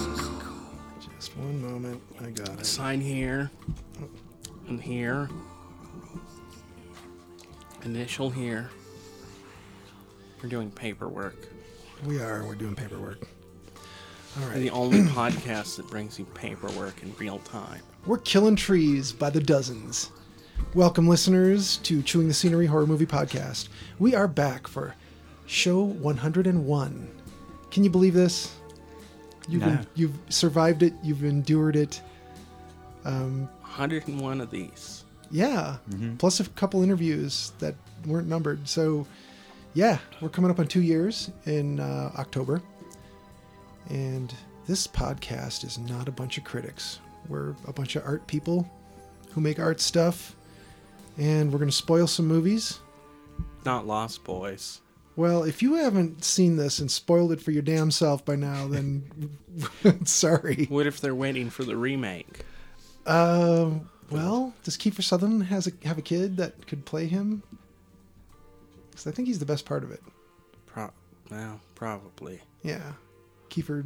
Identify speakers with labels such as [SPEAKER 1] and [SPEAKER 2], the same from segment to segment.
[SPEAKER 1] Just one moment. I got it.
[SPEAKER 2] Sign here and here. Initial here. We're doing paperwork.
[SPEAKER 1] We are. We're doing paperwork. All
[SPEAKER 2] We're
[SPEAKER 1] right.
[SPEAKER 2] the only podcast that brings you paperwork in real time.
[SPEAKER 1] We're killing trees by the dozens. Welcome, listeners, to Chewing the Scenery Horror Movie Podcast. We are back for show 101. Can you believe this? You've,
[SPEAKER 3] No.
[SPEAKER 1] you've survived it, you've endured it.
[SPEAKER 2] 101 of these.
[SPEAKER 1] Yeah. Plus a couple interviews that weren't numbered. So, yeah, we're coming up on two years in uh, October. And this podcast is not a bunch of critics. We're a bunch of art people who make art stuff. And we're going to spoil some movies.
[SPEAKER 2] Not Lost Boys.
[SPEAKER 1] Well, if you haven't seen this and spoiled it for your damn self by now, then sorry.
[SPEAKER 2] What if they're waiting for the remake?
[SPEAKER 1] Um, well, does Kiefer Sutherland has a, have a kid that could play him? Because I think he's the best part of it.
[SPEAKER 2] Pro- well, probably.
[SPEAKER 1] Yeah, Kiefer.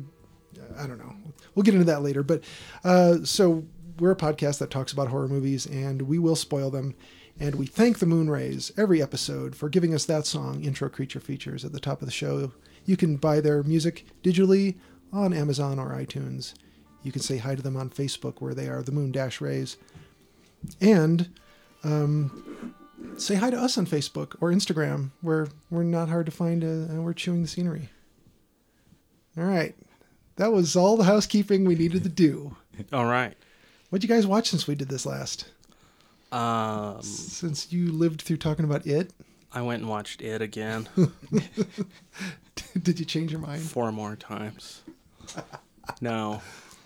[SPEAKER 1] uh, I don't know. We'll get into that later. But uh, so we're a podcast that talks about horror movies, and we will spoil them. And we thank the Moonrays every episode for giving us that song, Intro Creature Features, at the top of the show. You can buy their music digitally on Amazon or iTunes. You can say hi to them on Facebook, where they are the Moon Dash Rays. And um, say hi to us on Facebook or Instagram, where we're not hard to find uh, and we're chewing the scenery. All right. That was all the housekeeping we needed to do.
[SPEAKER 2] All right.
[SPEAKER 1] What'd you guys watch since we did this last?
[SPEAKER 2] Um,
[SPEAKER 1] Since you lived through talking about it,
[SPEAKER 2] I went and watched it again
[SPEAKER 1] did you change your mind?
[SPEAKER 2] four more times. No,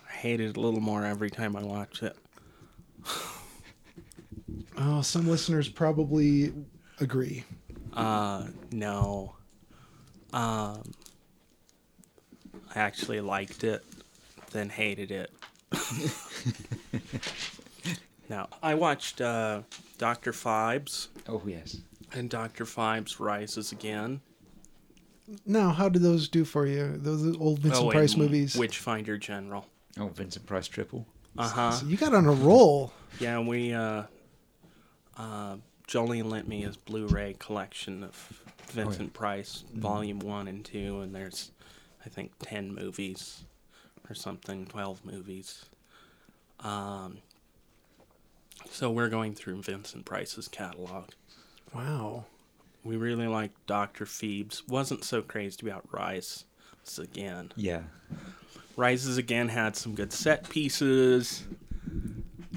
[SPEAKER 2] I hate it a little more every time I watch it.
[SPEAKER 1] Oh, some listeners probably agree.
[SPEAKER 2] Uh, no. Um, I actually liked it, then hated it. now, I watched uh, Dr. Fibes
[SPEAKER 3] Oh yes.
[SPEAKER 2] and Dr. Fibes Rises Again.
[SPEAKER 1] Now, how did those do for you? Those old Vincent
[SPEAKER 2] Oh, and
[SPEAKER 1] Price movies.
[SPEAKER 2] Witchfinder General.
[SPEAKER 3] Oh, Vincent Price triple.
[SPEAKER 2] Uh huh.
[SPEAKER 1] So you got on a roll.
[SPEAKER 2] Yeah, we uh, uh, Jolene lent me his Blu-ray collection of Vincent Price Volume One and Two, and there's I think ten movies or something, twelve movies. Um, so we're going through Vincent Price's catalog.
[SPEAKER 1] Wow.
[SPEAKER 2] We really like Doctor Phoebes. wasn't so crazed about Rice again.
[SPEAKER 3] Yeah.
[SPEAKER 2] Rises Again had some good set pieces,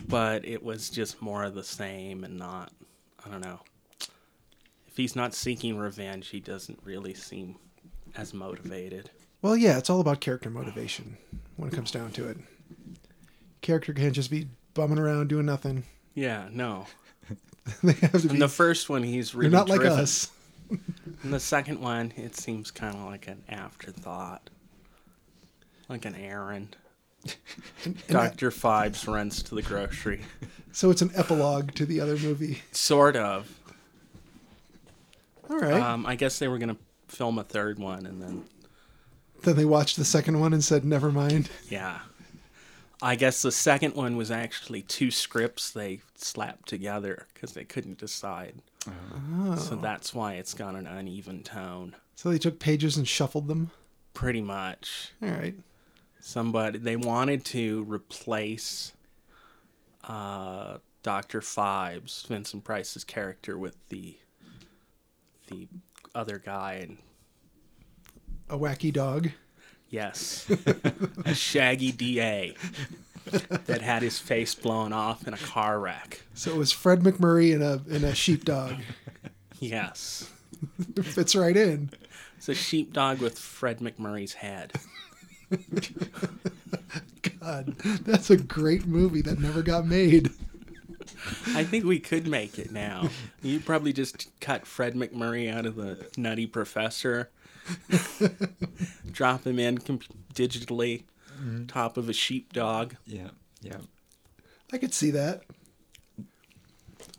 [SPEAKER 2] but it was just more of the same and not, I don't know. If he's not seeking revenge, he doesn't really seem as motivated.
[SPEAKER 1] Well, yeah, it's all about character motivation when it comes down to it. Character can't just be bumming around doing nothing.
[SPEAKER 2] Yeah, no.
[SPEAKER 1] they have to be.
[SPEAKER 2] In the first one, he's really
[SPEAKER 1] they're not like
[SPEAKER 2] driven.
[SPEAKER 1] us.
[SPEAKER 2] In the second one, it seems kind of like an afterthought, like an errand. Doctor Fibes runs to the grocery.
[SPEAKER 1] So it's an epilogue to the other movie.
[SPEAKER 2] Sort of.
[SPEAKER 1] All right.
[SPEAKER 2] Um, I guess they were gonna film a third one, and then
[SPEAKER 1] Then they watched the second one and said, "Never mind."
[SPEAKER 2] Yeah. I guess the second one was actually two scripts they slapped together because they couldn't decide. So that's why it's got an uneven tone.
[SPEAKER 1] So they took pages and shuffled them.
[SPEAKER 2] Pretty much.
[SPEAKER 1] All right.
[SPEAKER 2] Somebody, they wanted to replace uh, Dr. Fibes, Vincent Price's character, with the the other guy. And
[SPEAKER 1] A wacky dog.
[SPEAKER 2] yes, a shaggy DA. that had his face blown off in a car wreck.
[SPEAKER 1] So it was Fred McMurray in a in a sheepdog.
[SPEAKER 2] Yes.
[SPEAKER 1] It fits right in.
[SPEAKER 2] It's a sheepdog with Fred McMurray's head.
[SPEAKER 1] God, that's a great movie that never got made.
[SPEAKER 2] I think we could make it now. You probably just cut Fred McMurray out of the Nutty Professor, drop him in comp- digitally, top of a sheepdog.
[SPEAKER 3] Yeah, yeah.
[SPEAKER 1] I could see that.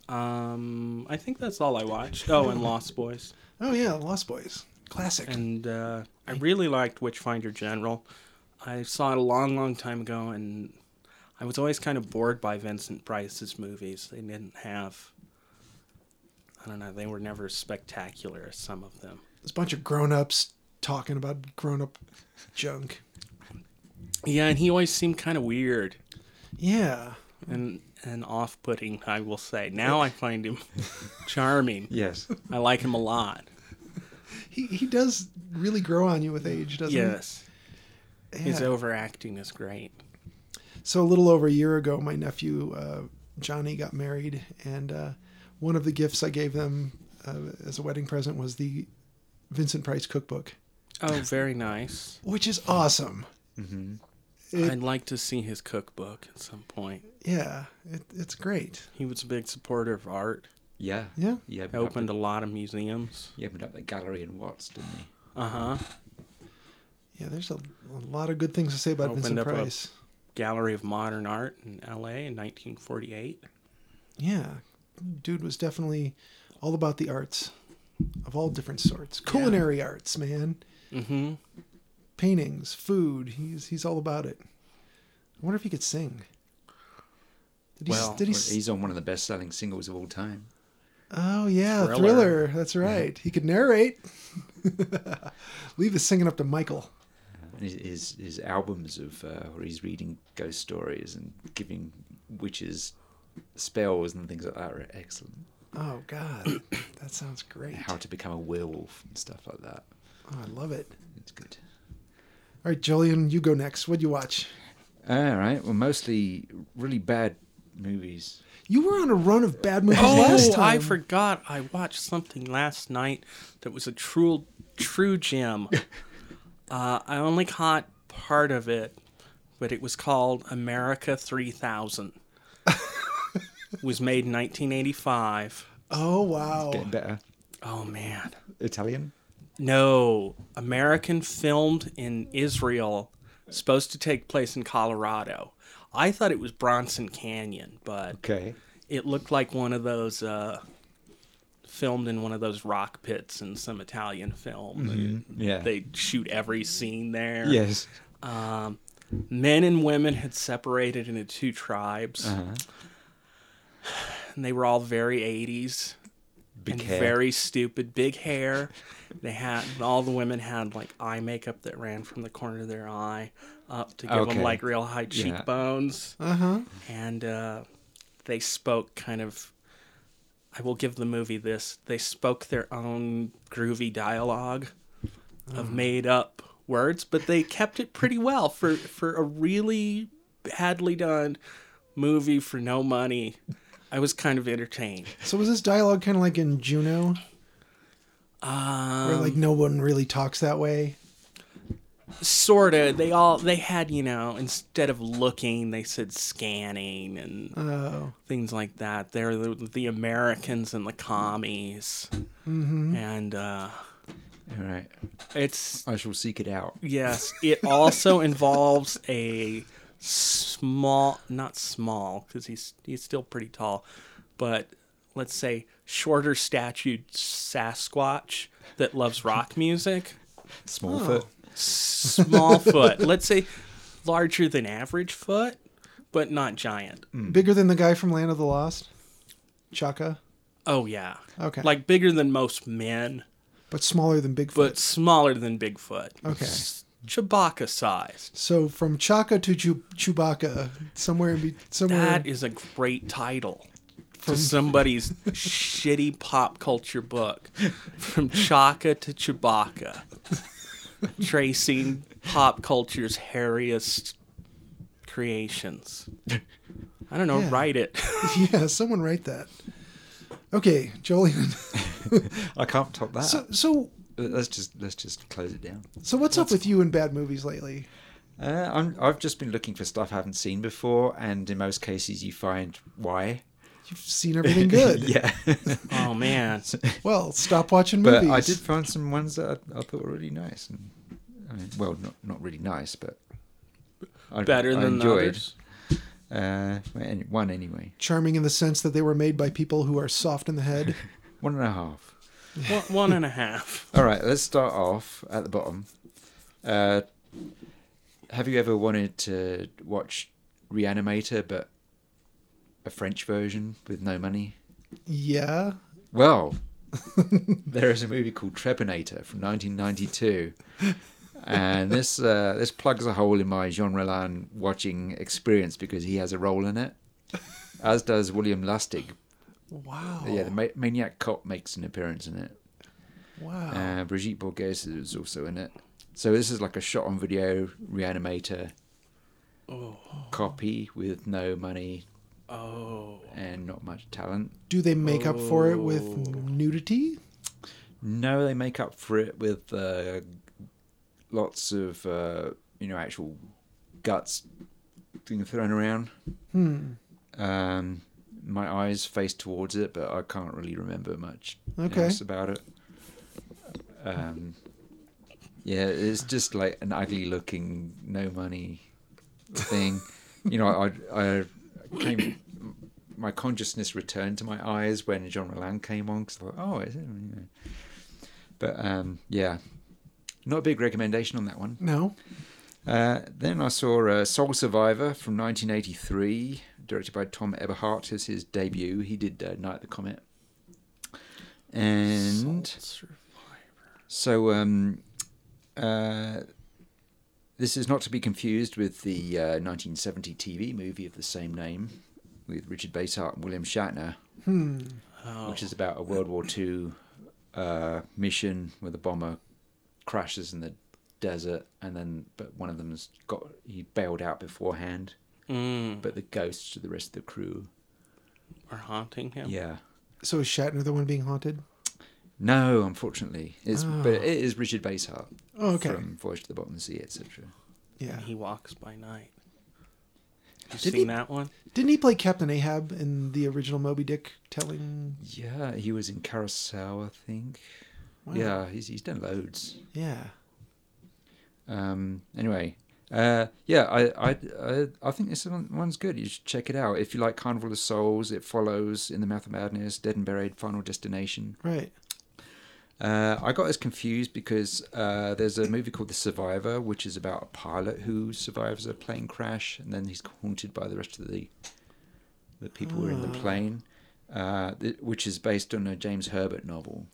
[SPEAKER 2] Um, I think that's all I watched. Oh, and Lost Boys.
[SPEAKER 1] Oh yeah, Lost Boys, classic.
[SPEAKER 2] And uh, I really liked Witchfinder General. I saw it a long, long time ago, and I was always kind of bored by Vincent Price's movies. They didn't have. I don't know. They were never spectacular. Some of them.
[SPEAKER 1] It's a bunch of grown-ups talking about grown-up junk.
[SPEAKER 2] Yeah, and he always seemed kind of weird
[SPEAKER 1] Yeah.
[SPEAKER 2] and and off-putting. I will say. Now I find him charming.
[SPEAKER 3] Yes.
[SPEAKER 2] I like him a lot.
[SPEAKER 1] He he does really grow on you with age, doesn't
[SPEAKER 2] Yes,
[SPEAKER 1] he?
[SPEAKER 2] his
[SPEAKER 1] Yeah.
[SPEAKER 2] overacting is great.
[SPEAKER 1] So a little over a year ago, my nephew uh, Johnny got married, and uh, one of the gifts I gave them uh, as a wedding present was the Vincent Price cookbook,
[SPEAKER 2] Oh, very nice.
[SPEAKER 1] which is awesome. It-
[SPEAKER 2] I'd like to see his cookbook at some point.
[SPEAKER 1] Yeah, it, it's great.
[SPEAKER 2] He was a big supporter of art.
[SPEAKER 3] Yeah.
[SPEAKER 1] Yeah.
[SPEAKER 3] He opened,
[SPEAKER 2] Opened
[SPEAKER 3] up,
[SPEAKER 2] a lot of museums.
[SPEAKER 3] he opened up the gallery in Watts, didn't he?
[SPEAKER 2] Uh huh.
[SPEAKER 1] Yeah, there's a, a lot of good things to say about
[SPEAKER 2] Opened
[SPEAKER 1] Vincent
[SPEAKER 2] up a-
[SPEAKER 1] Price.
[SPEAKER 2] Gallery of Modern Art in L.A. in 1948.
[SPEAKER 1] Yeah, dude was definitely all about the arts of all different sorts. Culinary arts, man.
[SPEAKER 2] Mm-hmm.
[SPEAKER 1] Paintings, food. He's he's all about it. I wonder if he could sing. Did he? s-
[SPEAKER 2] Well,
[SPEAKER 1] did he?
[SPEAKER 3] Well,
[SPEAKER 1] s-
[SPEAKER 3] he's on one of the best-selling singles of all time.
[SPEAKER 1] Oh yeah,
[SPEAKER 2] Thriller.
[SPEAKER 1] thriller. That's right. He could narrate. Leave the singing up to Michael.
[SPEAKER 3] And his- his his albums of uh, where he's reading ghost stories and giving witches spells and things like that are excellent.
[SPEAKER 1] Oh God, that sounds great.
[SPEAKER 3] How to become a werewolf and stuff like that.
[SPEAKER 1] Oh, I love it.
[SPEAKER 3] It's good.
[SPEAKER 1] All right, Julian, you go next. What'd you watch?
[SPEAKER 3] All right. Well, mostly really bad movies.
[SPEAKER 1] You were on a run of bad movies last
[SPEAKER 2] Oh,
[SPEAKER 1] time.
[SPEAKER 2] I forgot. I watched something last night that was a true, true gem. uh, I only caught part of it, but it was called America 3000. it was made in 1985.
[SPEAKER 1] Oh wow.
[SPEAKER 3] Getting better.
[SPEAKER 2] Oh man.
[SPEAKER 3] Italian.
[SPEAKER 2] No, American filmed in Israel, supposed to take place in Colorado. I thought it was Bronson Canyon, but
[SPEAKER 3] Okay.
[SPEAKER 2] it looked like one of those uh, filmed in one of those rock pits in some Italian film.
[SPEAKER 3] Mm-hmm. Yeah.
[SPEAKER 2] They shoot every scene there.
[SPEAKER 3] yes.
[SPEAKER 2] Men and women had separated into two tribes,
[SPEAKER 3] Uh-huh.
[SPEAKER 2] and they were all very 80s.
[SPEAKER 3] Big
[SPEAKER 2] and
[SPEAKER 3] hair.
[SPEAKER 2] very stupid big hair they had and all the women had like eye makeup that ran from the corner of their eye up to give
[SPEAKER 3] Okay.
[SPEAKER 2] them like real high
[SPEAKER 3] Yeah.
[SPEAKER 2] cheekbones
[SPEAKER 1] Uh huh.
[SPEAKER 2] and uh, they spoke kind of i will give the movie this they spoke their own groovy dialogue of made up words but they kept it pretty well for for a really badly done movie for no money i was kind of entertained
[SPEAKER 1] So was this dialogue kind of like in Juno,
[SPEAKER 2] um,
[SPEAKER 1] where like no one really talks that way?
[SPEAKER 2] sort of they all they had you know instead of looking they said scanning and
[SPEAKER 1] Oh,
[SPEAKER 2] things like that they're the, the americans and the commies and uh
[SPEAKER 3] All right.
[SPEAKER 2] it's
[SPEAKER 3] I shall seek it out.
[SPEAKER 2] yes it also involves a small not small because he's he's still pretty tall but let's say shorter statured sasquatch that loves rock music
[SPEAKER 3] Smallfoot.
[SPEAKER 2] small foot. Let's say larger than average foot, but not giant.
[SPEAKER 1] bigger than the guy from Land of the Lost, Chaka,
[SPEAKER 2] Oh yeah.
[SPEAKER 1] Okay.
[SPEAKER 2] Like bigger than most men,
[SPEAKER 1] but smaller than Bigfoot.
[SPEAKER 2] but smaller than Bigfoot.
[SPEAKER 1] Okay.
[SPEAKER 2] S- Chewbacca sized.
[SPEAKER 1] so from Chaka to Chew- Chewbacca, somewhere in be- somewhere.
[SPEAKER 2] That is a great title for somebody's shitty pop culture book. From Chaka to Chewbacca. Tracing pop culture's hairiest creations. I don't know.
[SPEAKER 1] Yeah.
[SPEAKER 2] Write it.
[SPEAKER 1] yeah, someone write that. Okay, Jolien.
[SPEAKER 3] I can't top that.
[SPEAKER 1] So, so,
[SPEAKER 3] let's just let's just close it down.
[SPEAKER 1] so what's up with you and bad movies lately?
[SPEAKER 3] Uh, I'm, I've just been looking for stuff I haven't seen before, and in most cases, you find why.
[SPEAKER 1] You've seen everything good.
[SPEAKER 3] yeah.
[SPEAKER 2] oh man.
[SPEAKER 1] Well, stop watching
[SPEAKER 3] but
[SPEAKER 1] movies.
[SPEAKER 3] I did find some ones that I, I thought were really nice. And, I mean, well, not not really nice, but I,
[SPEAKER 2] Better
[SPEAKER 3] I
[SPEAKER 2] than the
[SPEAKER 3] enjoyed.
[SPEAKER 2] others.
[SPEAKER 3] Uh, any- one anyway,
[SPEAKER 1] Charming in the sense that they were made by people who are soft in the head.
[SPEAKER 3] one and a half.
[SPEAKER 2] One, one and a half.
[SPEAKER 3] All right, let's start off at the bottom. Uh, have you ever wanted to watch Reanimator, but a French version with no money?
[SPEAKER 1] Yeah.
[SPEAKER 3] Well, there is a movie called Trepanator from 1992, and this uh, this plugs a hole in my Jean Rollin watching experience because he has a role in it, as does William Lustig.
[SPEAKER 1] Wow.
[SPEAKER 3] Yeah, the ma- maniac cop makes an appearance in it.
[SPEAKER 1] Wow.
[SPEAKER 3] Uh, Brigitte Bourges is also in it. So this is like a shot on video reanimator
[SPEAKER 2] Oh.
[SPEAKER 3] copy with no money
[SPEAKER 2] Oh.
[SPEAKER 3] and not much talent.
[SPEAKER 1] Do they make up for it with
[SPEAKER 2] Oh.
[SPEAKER 1] nudity?
[SPEAKER 3] No, they make up for it with uh, lots of uh, you know actual guts being thrown around.
[SPEAKER 1] Hmm.
[SPEAKER 3] Um, my eyes face towards it, but I can't really remember much
[SPEAKER 1] Okay.
[SPEAKER 3] else about it. Um, yeah, it's just like an ugly looking, no money thing. you know, I, I came, my consciousness returned to my eyes when Jean Roland came on because I thought, oh, is it? You know. But um, yeah, not a big recommendation on that one.
[SPEAKER 1] No.
[SPEAKER 3] Uh, then I saw uh, Soul Survivor from 1983, directed by Tom Eberhardt as his debut. He did uh, Night of the Comet. And
[SPEAKER 2] Soul Survivor.
[SPEAKER 3] so um, uh, this is not to be confused with the uh, 1970 TV movie of the same name with Richard Basehart and William Shatner,
[SPEAKER 1] Hmm.
[SPEAKER 2] Oh.
[SPEAKER 3] which is about a World War II uh, mission where the bomber crashes in the desert and then but one of them's got he bailed out beforehand
[SPEAKER 2] Mm.
[SPEAKER 3] but the ghosts of the rest of the crew
[SPEAKER 2] Are haunting him.
[SPEAKER 3] yeah
[SPEAKER 1] So is Shatner the one being haunted?
[SPEAKER 3] no unfortunately it's
[SPEAKER 1] Oh.
[SPEAKER 3] but it is richard basehart
[SPEAKER 1] Oh, okay.
[SPEAKER 3] from voyage to the bottom of the sea etc
[SPEAKER 1] Yeah.
[SPEAKER 2] He walks by night. You
[SPEAKER 1] Did
[SPEAKER 2] seen
[SPEAKER 1] he-
[SPEAKER 2] that one?
[SPEAKER 1] Didn't he play Captain Ahab in the original Moby Dick telling?
[SPEAKER 3] Yeah, he was in Carousel, I think.
[SPEAKER 1] Wow.
[SPEAKER 3] Yeah, he's he's done loads.
[SPEAKER 1] Yeah.
[SPEAKER 3] Um, anyway, uh, yeah, I, I I I think this one, one's good. You should check it out if you like Carnival of Souls. It follows in the Mouth of Madness, Dead and Buried, Final Destination.
[SPEAKER 1] Right.
[SPEAKER 3] Uh, I got this confused because uh, there's a movie called The Survivor, which is about a pilot who survives a plane crash, and then he's haunted by the rest of the the people who are in the
[SPEAKER 1] Ah.
[SPEAKER 3] plane, uh, th- which is based on a James Herbert novel.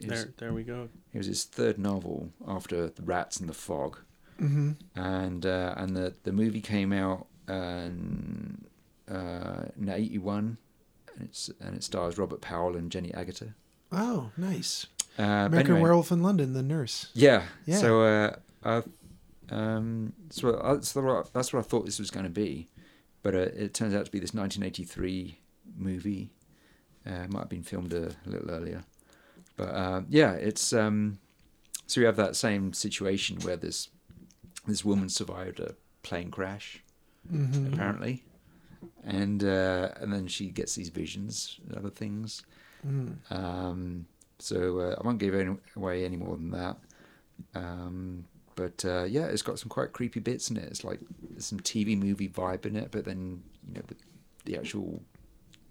[SPEAKER 3] It was-
[SPEAKER 2] There, there we go.
[SPEAKER 3] It was his third novel after The Rats and the Fog,
[SPEAKER 1] Mm-hmm.
[SPEAKER 3] and uh, and the the movie came out um, uh, in '81, and it's and it stars Robert Powell and Jenny Agata.
[SPEAKER 1] Oh, nice.
[SPEAKER 3] Uh, but
[SPEAKER 1] American
[SPEAKER 3] anyway,
[SPEAKER 1] Werewolf in London, the nurse.
[SPEAKER 3] Yeah.
[SPEAKER 1] Yeah.
[SPEAKER 3] So uh, I, um, so I- that's what I- that's what I thought this was going to be, but uh, it turns out to be this 1983 movie. Uh, it might have been filmed a little earlier, but uh, yeah, it's um, so you have that same situation where this this woman survived a plane crash
[SPEAKER 1] Mm-hmm.
[SPEAKER 3] apparently, and uh, and then she gets these visions, and other things.
[SPEAKER 1] Mm-hmm.
[SPEAKER 3] Um, so uh, I won't give any, away any more than that. Um, but uh, yeah, it's got some quite creepy bits in it. It's like there's some TV movie vibe in it, but then you know the, the actual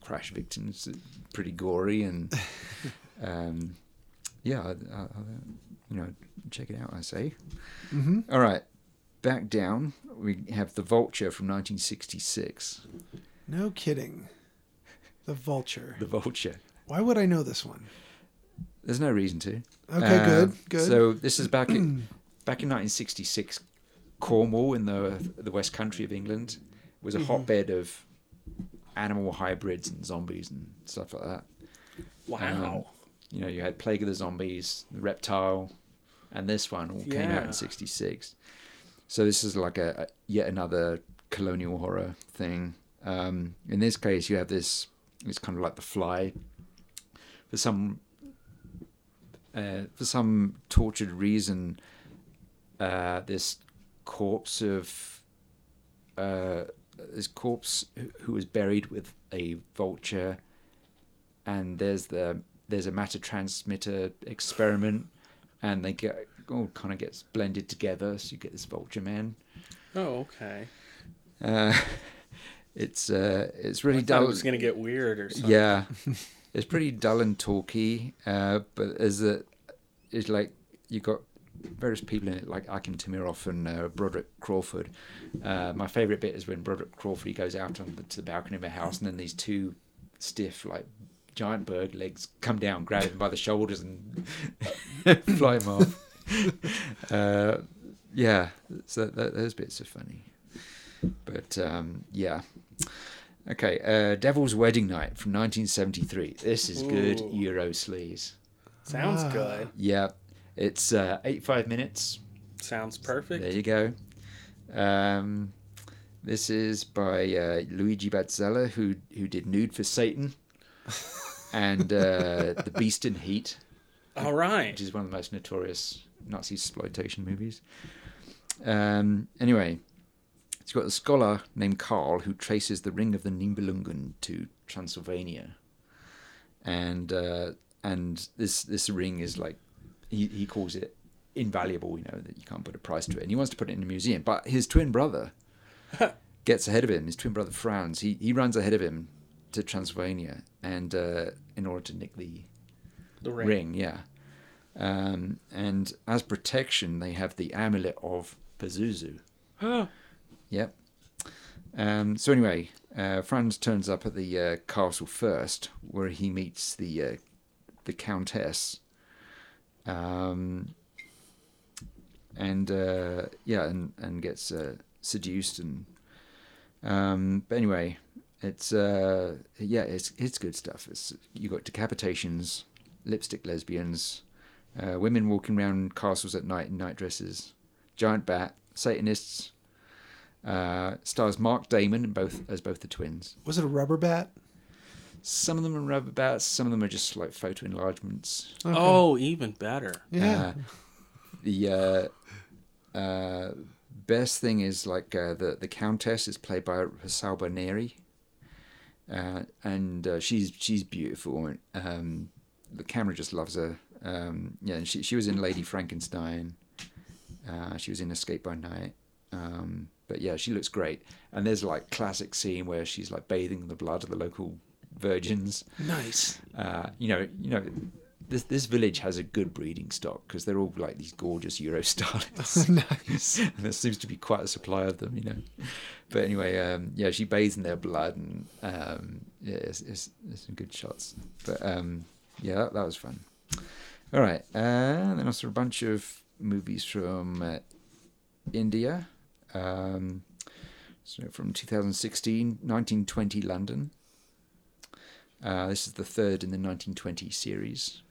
[SPEAKER 3] crash victims are pretty gory and um, yeah, I, I, I, you know, check it out. I say.
[SPEAKER 1] Mm-hmm.
[SPEAKER 3] All right, back down. We have the Vulture from 1966.
[SPEAKER 1] No kidding. The Vulture.
[SPEAKER 3] The Vulture.
[SPEAKER 1] Why would I know this one?
[SPEAKER 3] There's no reason to.
[SPEAKER 1] Okay,
[SPEAKER 3] Uh,
[SPEAKER 1] good, good.
[SPEAKER 3] So this is back in back in 1966, Cornwall in the the West Country of England was
[SPEAKER 1] Mm-hmm.
[SPEAKER 3] a hotbed of animal hybrids and zombies and stuff like that.
[SPEAKER 2] Wow.
[SPEAKER 3] Um, You know, you had Plague of the Zombies, the Reptile, and this one all came out
[SPEAKER 2] Yeah.
[SPEAKER 3] in '66. So this is like a, a- yet another colonial horror thing. Um, in this case, you have this. It's kind of like The Fly. For some, uh, for some tortured reason, uh, this corpse of uh, this corpse who- who was buried with a vulture, and there's the there's a matter transmitter experiment, and they get all kind of gets blended together, so you get this vulture man.
[SPEAKER 2] Oh, okay.
[SPEAKER 3] Uh, it's uh, it's
[SPEAKER 2] I
[SPEAKER 3] really
[SPEAKER 2] thought
[SPEAKER 3] dull.
[SPEAKER 2] it was gonna get weird or something.
[SPEAKER 3] yeah, it's pretty dull and talky. Uh, but as a, it's like you got various people in it, like Akim Timiroff and uh, Broderick Crawford. Uh, my favourite bit is when Broderick Crawford he goes out on the, to the balcony of a house, and then these two stiff like giant bird legs come down, grab him by the shoulders, and fly him off. uh, yeah, so th- those bits are funny. But um, yeah. Okay, uh, Devil's Wedding Night from 1973. This is good
[SPEAKER 2] Ooh.
[SPEAKER 3] Euro sleaze.
[SPEAKER 2] Sounds
[SPEAKER 1] Ah.
[SPEAKER 2] good.
[SPEAKER 3] Yeah, it's uh, 85 minutes.
[SPEAKER 2] Sounds perfect.
[SPEAKER 3] There you go. Um, this is by uh, Luigi Bazzella, who who did Nude for Satan and uh, The Beast in Heat,
[SPEAKER 2] All right.
[SPEAKER 3] which is one of the most notorious Nazi exploitation movies. Um, anyway, it's got a scholar named Karl who traces the Ring of the Nibelungen to Transylvania, and uh, and this this ring is like he, he calls it invaluable. You know that you can't put a price to it, and he wants to put it in a museum. But his twin brother gets ahead of him. His twin brother frowns. He he runs ahead of him to Transylvania, and uh, in order to nick the
[SPEAKER 2] The ring.
[SPEAKER 3] ring, yeah. Um, and as protection, they have the amulet of Pazuzu.
[SPEAKER 2] Oh,
[SPEAKER 3] Yep. Um, so anyway, uh, Franz turns up at the uh, castle first, where he meets the uh, the countess. Um, and uh, yeah, and and gets uh, seduced and. Um, but anyway, it's uh, yeah, it's it's good stuff. It's you got decapitations, lipstick lesbians, uh, women walking around castles at night in night dresses, giant bat, satanists, uh, stars Mark Damon in both as both the twins.
[SPEAKER 1] Was it a rubber bat?
[SPEAKER 3] Some of them are rubber bats, some of them are just like photo enlargements.
[SPEAKER 1] Okay.
[SPEAKER 2] oh, even better.
[SPEAKER 1] yeah.
[SPEAKER 3] Uh, the uh, uh, best thing is like uh, the the countess is played by Hassel Boneri, uh, and uh, she's she's beautiful. and, Um, the camera just loves her. Um, yeah, and she she was in Lady Frankenstein. Uh, she was in Escape by Night. Um, but yeah, she looks great. And there's like classic scene where she's like bathing in the blood of the local virgins
[SPEAKER 1] Nice.
[SPEAKER 3] uh, you know, you know, this this village has a good breeding stock because they're all like these gorgeous Euro starlets.
[SPEAKER 1] Nice.
[SPEAKER 3] and there seems to be quite a supply of them, you know. But anyway, um, yeah, she bathes in their blood, and um, yeah, it's, it's, it's some good shots. But um, yeah, that, that was fun. All right, uh, then I saw a bunch of movies from uh, India. Um, so from 2016, 1920 London. Uh, this is the third in the 1920 series.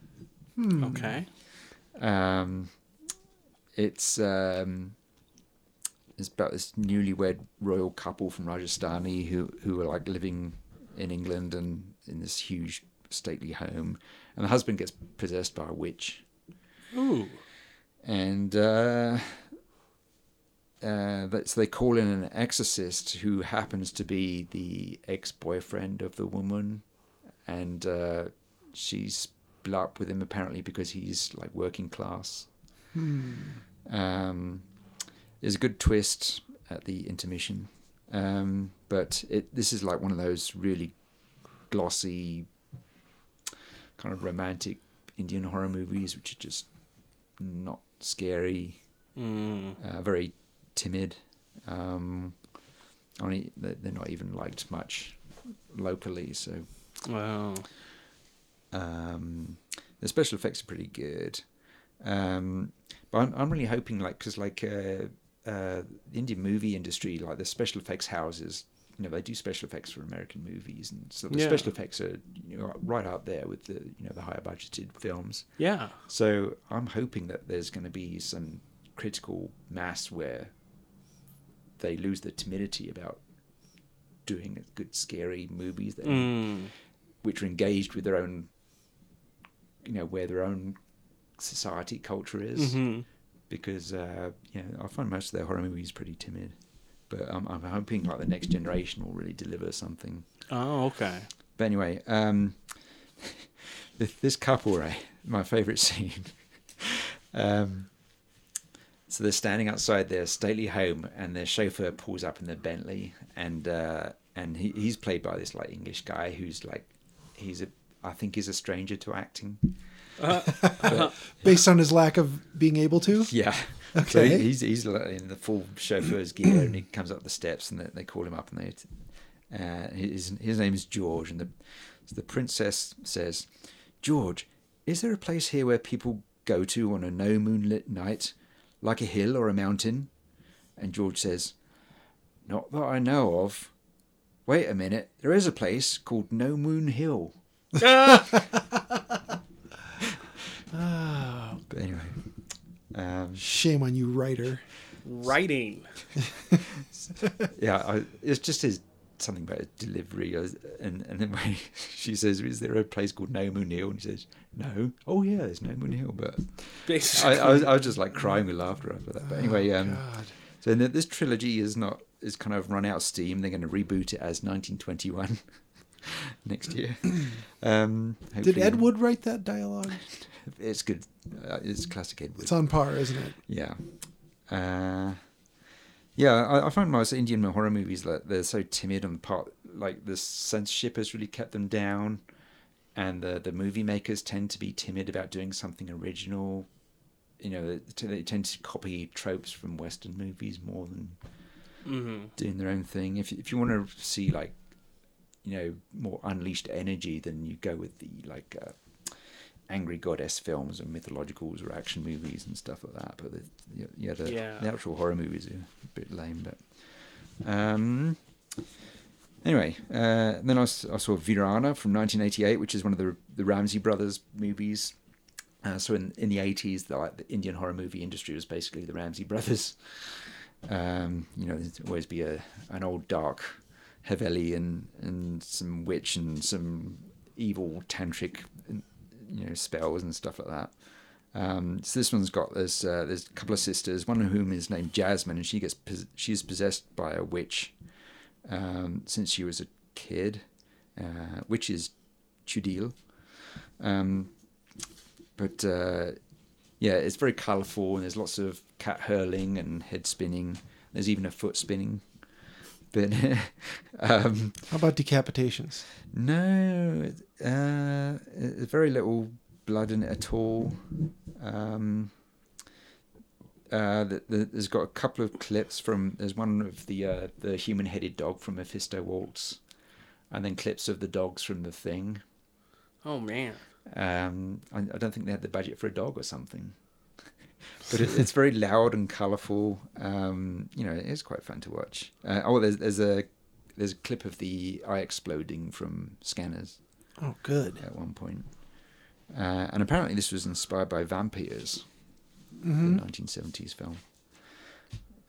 [SPEAKER 1] Hmm.
[SPEAKER 2] Okay.
[SPEAKER 3] Um, it's um, it's about this newlywed royal couple from Rajasthani who who are like living in England and in this huge stately home, and the husband gets possessed by a witch,
[SPEAKER 2] Ooh.
[SPEAKER 3] and uh, uh, that, so they call in an exorcist who happens to be the ex-boyfriend of the woman, and uh, she's split up with him apparently because he's like working class.
[SPEAKER 1] Hmm.
[SPEAKER 3] Um, there's a good twist at the intermission, um, but it this is like one of those really glossy, kind of romantic Indian horror movies, which are just not scary,
[SPEAKER 2] Mm.
[SPEAKER 3] uh, very timid. Um, only they- they're not even liked much locally, so
[SPEAKER 2] Wow.
[SPEAKER 3] um, the special effects are pretty good, um, but I'm, I'm really hoping like because like uh, uh, the Indian movie industry, like the special effects houses, you know, they do special effects for American movies, and so the
[SPEAKER 2] Yeah.
[SPEAKER 3] special effects are you know right up there with the you know the higher budgeted films.
[SPEAKER 2] Yeah.
[SPEAKER 3] So I'm hoping that there's going to be some critical mass where they lose the timidity about doing good scary movies that,
[SPEAKER 2] Mm.
[SPEAKER 3] which are engaged with their own, you know, where their own society culture is.
[SPEAKER 2] Mhm.
[SPEAKER 3] Because uh, you know, I find most of their horror movies pretty timid. But I'm, I'm hoping like the next generation will really deliver something.
[SPEAKER 2] Oh, okay.
[SPEAKER 3] But anyway, um, this, this couple, right? My favourite scene. um, so they're standing outside their stately home, and their chauffeur pulls up in the Bentley, and uh, and he, he's played by this like English guy who's like, he's a, I think he's a stranger to acting.
[SPEAKER 1] based on his lack of being able to.
[SPEAKER 3] Yeah. So he-
[SPEAKER 1] Okay.
[SPEAKER 3] he's he's like in the full chauffeur's gear, and he comes up the steps, and they, they call him up, and they uh, his his name is George, and the so the princess says, George, is there a place here where people go to on a no moonlit night, like a hill or a mountain? And George says, Not that I know of. Wait a minute, there is a place called No Moon Hill. But anyway, um,
[SPEAKER 1] Oh, Shame on you, writer.
[SPEAKER 2] Writing.
[SPEAKER 3] yeah, I, it's just his something about his delivery, I was- and and then when she says, "Is there a place called No Moon Hill?" and he says, "No." Oh yeah, there's No Moon Hill, but I,
[SPEAKER 2] Basically.
[SPEAKER 3] I, was, I was just like crying with laughter after that. But anyway, um,
[SPEAKER 1] Oh, God.
[SPEAKER 3] so th- this trilogy is not is kind of run out of steam. They're going to reboot it as 1921 next year. Um,
[SPEAKER 1] Did
[SPEAKER 3] hopefully-
[SPEAKER 1] Ed Wood write that dialogue?
[SPEAKER 3] It's good. Uh, it's classic Ed Wood.
[SPEAKER 1] It's on par, isn't it?
[SPEAKER 3] Yeah. Uh, yeah, I, I find most Indian horror movies like they're so timid on the part like the censorship has really kept them down and the the movie makers tend to be timid about doing something original. You know, they, t- they tend to copy tropes from western movies more than
[SPEAKER 2] Mhm.
[SPEAKER 3] doing their own thing. If if you want to see like you know, more unleashed energy then you go with the like uh, angry goddess films and mythologicals or action movies and stuff like that. But the, the- yeah, the,
[SPEAKER 2] Yeah.
[SPEAKER 3] the actual horror movies are a bit lame. But um, anyway, uh, then I, s- I saw Virana from 1988, which is one of the the Ramsey brothers movies. Uh, so in in the 80s, the, like the Indian horror movie industry was basically the Ramsey brothers. Um, you know, there'd always be a an old dark Haveli and and some witch and some evil tantric you know spells and stuff like that. Um, so this one's got there's uh, there's a couple of sisters, one of whom is named Jasmine, and she gets pos- she's possessed by a witch um, since she was a kid, uh, which is Chudil. Um, but uh, yeah, it's very colourful, and there's lots of cat hurling and head spinning. There's even a foot spinning. But um,
[SPEAKER 1] How about decapitations?
[SPEAKER 3] no, uh, there's very little blood in it at all. Um, uh, th th there's got a couple of clips from. There's one of the uh, the human-headed dog from Mephisto Waltz, and then clips of the dogs from The Thing.
[SPEAKER 2] Oh man.
[SPEAKER 3] Um, I, I don't think they had the budget for a dog or something. But it, it's very loud and colourful. Um, you know, it is quite fun to watch. Uh, oh, there's there's a there's a clip of the eye exploding from Scanners
[SPEAKER 1] Oh, good.
[SPEAKER 3] at one point. Uh, and apparently, this was inspired by Vampires,
[SPEAKER 1] hmm
[SPEAKER 3] the 1970s film.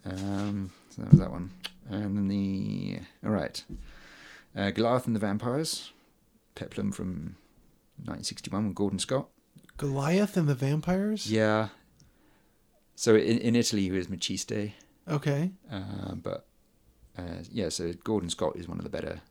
[SPEAKER 3] Um, so that was that one. And then the. All right. Uh, Goliath and the Vampires, Peplum from 1961 with Gordon Scott.
[SPEAKER 1] Goliath and the vampires.
[SPEAKER 3] Yeah. So in, in Italy, he was Machiste.
[SPEAKER 1] Okay.
[SPEAKER 3] Uh, but uh, yeah, so Gordon Scott is one of the better,